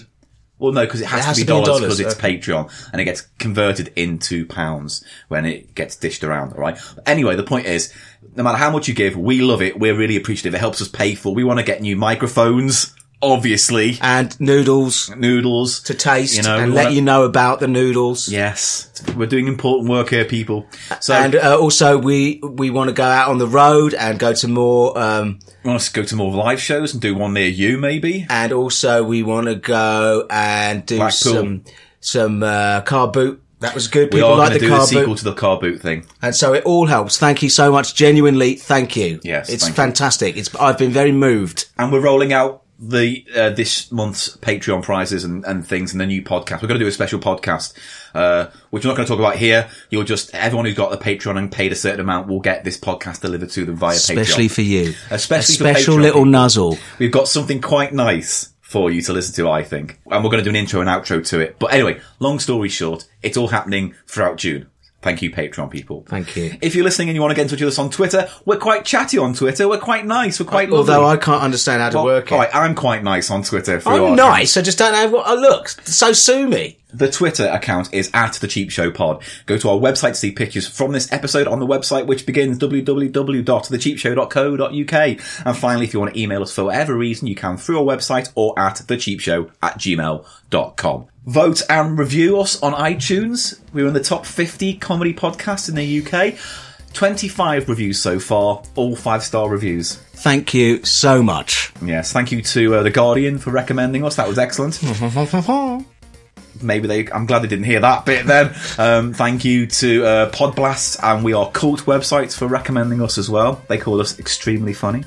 S1: Well, no, because it has,
S3: It has
S1: to be
S3: to be in
S1: dollars
S3: dollars,
S1: because it's Patreon and it gets converted into pounds when it gets dished around, all right? Anyway, the point is, no matter how much you give, we love it. We're really appreciative. It helps us pay for, we want to get new microphones, obviously.
S3: And noodles.
S1: Noodles.
S3: To taste
S1: You know,
S3: and
S1: we
S3: let
S1: wanna-
S3: you know about the noodles.
S1: Yes. We're doing important work here, people. So,
S3: and uh, also we we want to go out on the road and go to more um
S1: want us to go to more live shows and do one near you, maybe?
S3: and also we want to go and do
S1: Blackpool.
S3: some some uh, car boot that was good
S1: we
S3: people
S1: are
S3: like
S1: going to
S3: the
S1: do
S3: car
S1: the
S3: boot
S1: sequel to the car boot thing.
S3: and so it all helps thank you so much genuinely thank you
S1: Yes,
S3: it's
S1: thank you.
S3: fantastic it's I've been very moved
S1: and we're rolling out the uh, this month's Patreon prizes and, and things and the new podcast. We're going to do a special podcast, uh, which we're not going to talk about here. You'll just everyone who's got the Patreon and paid a certain amount will get this podcast delivered to them via
S3: especially
S1: Patreon.
S3: for you
S1: Especially
S3: a
S1: for
S3: special
S1: Patreon
S3: little
S1: people.
S3: nuzzle
S1: We've got something quite nice for you to listen to, I think, and we're going to do an intro and outro to it. But anyway, long story short, it's all happening throughout June. Thank you, Patreon people.
S3: thank you
S1: If you're listening and you want to get in touch with us on Twitter, we're quite chatty on Twitter. We're quite nice. We're quite.
S3: although
S1: lovely.
S3: I can't understand how to
S1: Well,
S3: work it
S1: all right, I'm quite nice on Twitter. For
S3: I'm
S1: our-
S3: nice I just don't know what I look so sue me
S1: The Twitter account is at the Cheap Show Pod. Go to our website to see pictures from this episode on the website, which begins www.thecheapshow.co.uk. And finally, if you want to email us for whatever reason, you can through our website or at thecheapshow at gmail.com. Vote and review us on iTunes. We're in the top 50 comedy podcasts in the UK. 25 reviews so far, all five star reviews.
S3: thank you so much
S1: Yes, thank you to uh, The Guardian for recommending us. That was excellent. Maybe they, I'm glad they didn't hear that bit then. Um, thank you to uh, Podblast and We Are Cult websites for recommending us as well. They call us extremely funny.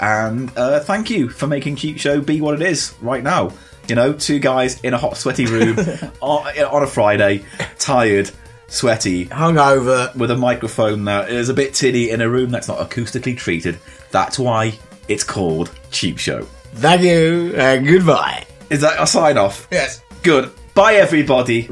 S1: And uh, thank you for making Cheap Show be what it is right now. You know, two guys in a hot, sweaty room on, on a Friday, tired, sweaty,
S3: hungover
S1: with a microphone that is a bit tinny in a room that's not acoustically treated. That's why it's called Cheap Show.
S3: Thank you and goodbye.
S1: Is that a sign off?
S3: Yes.
S1: Good. Bye, everybody.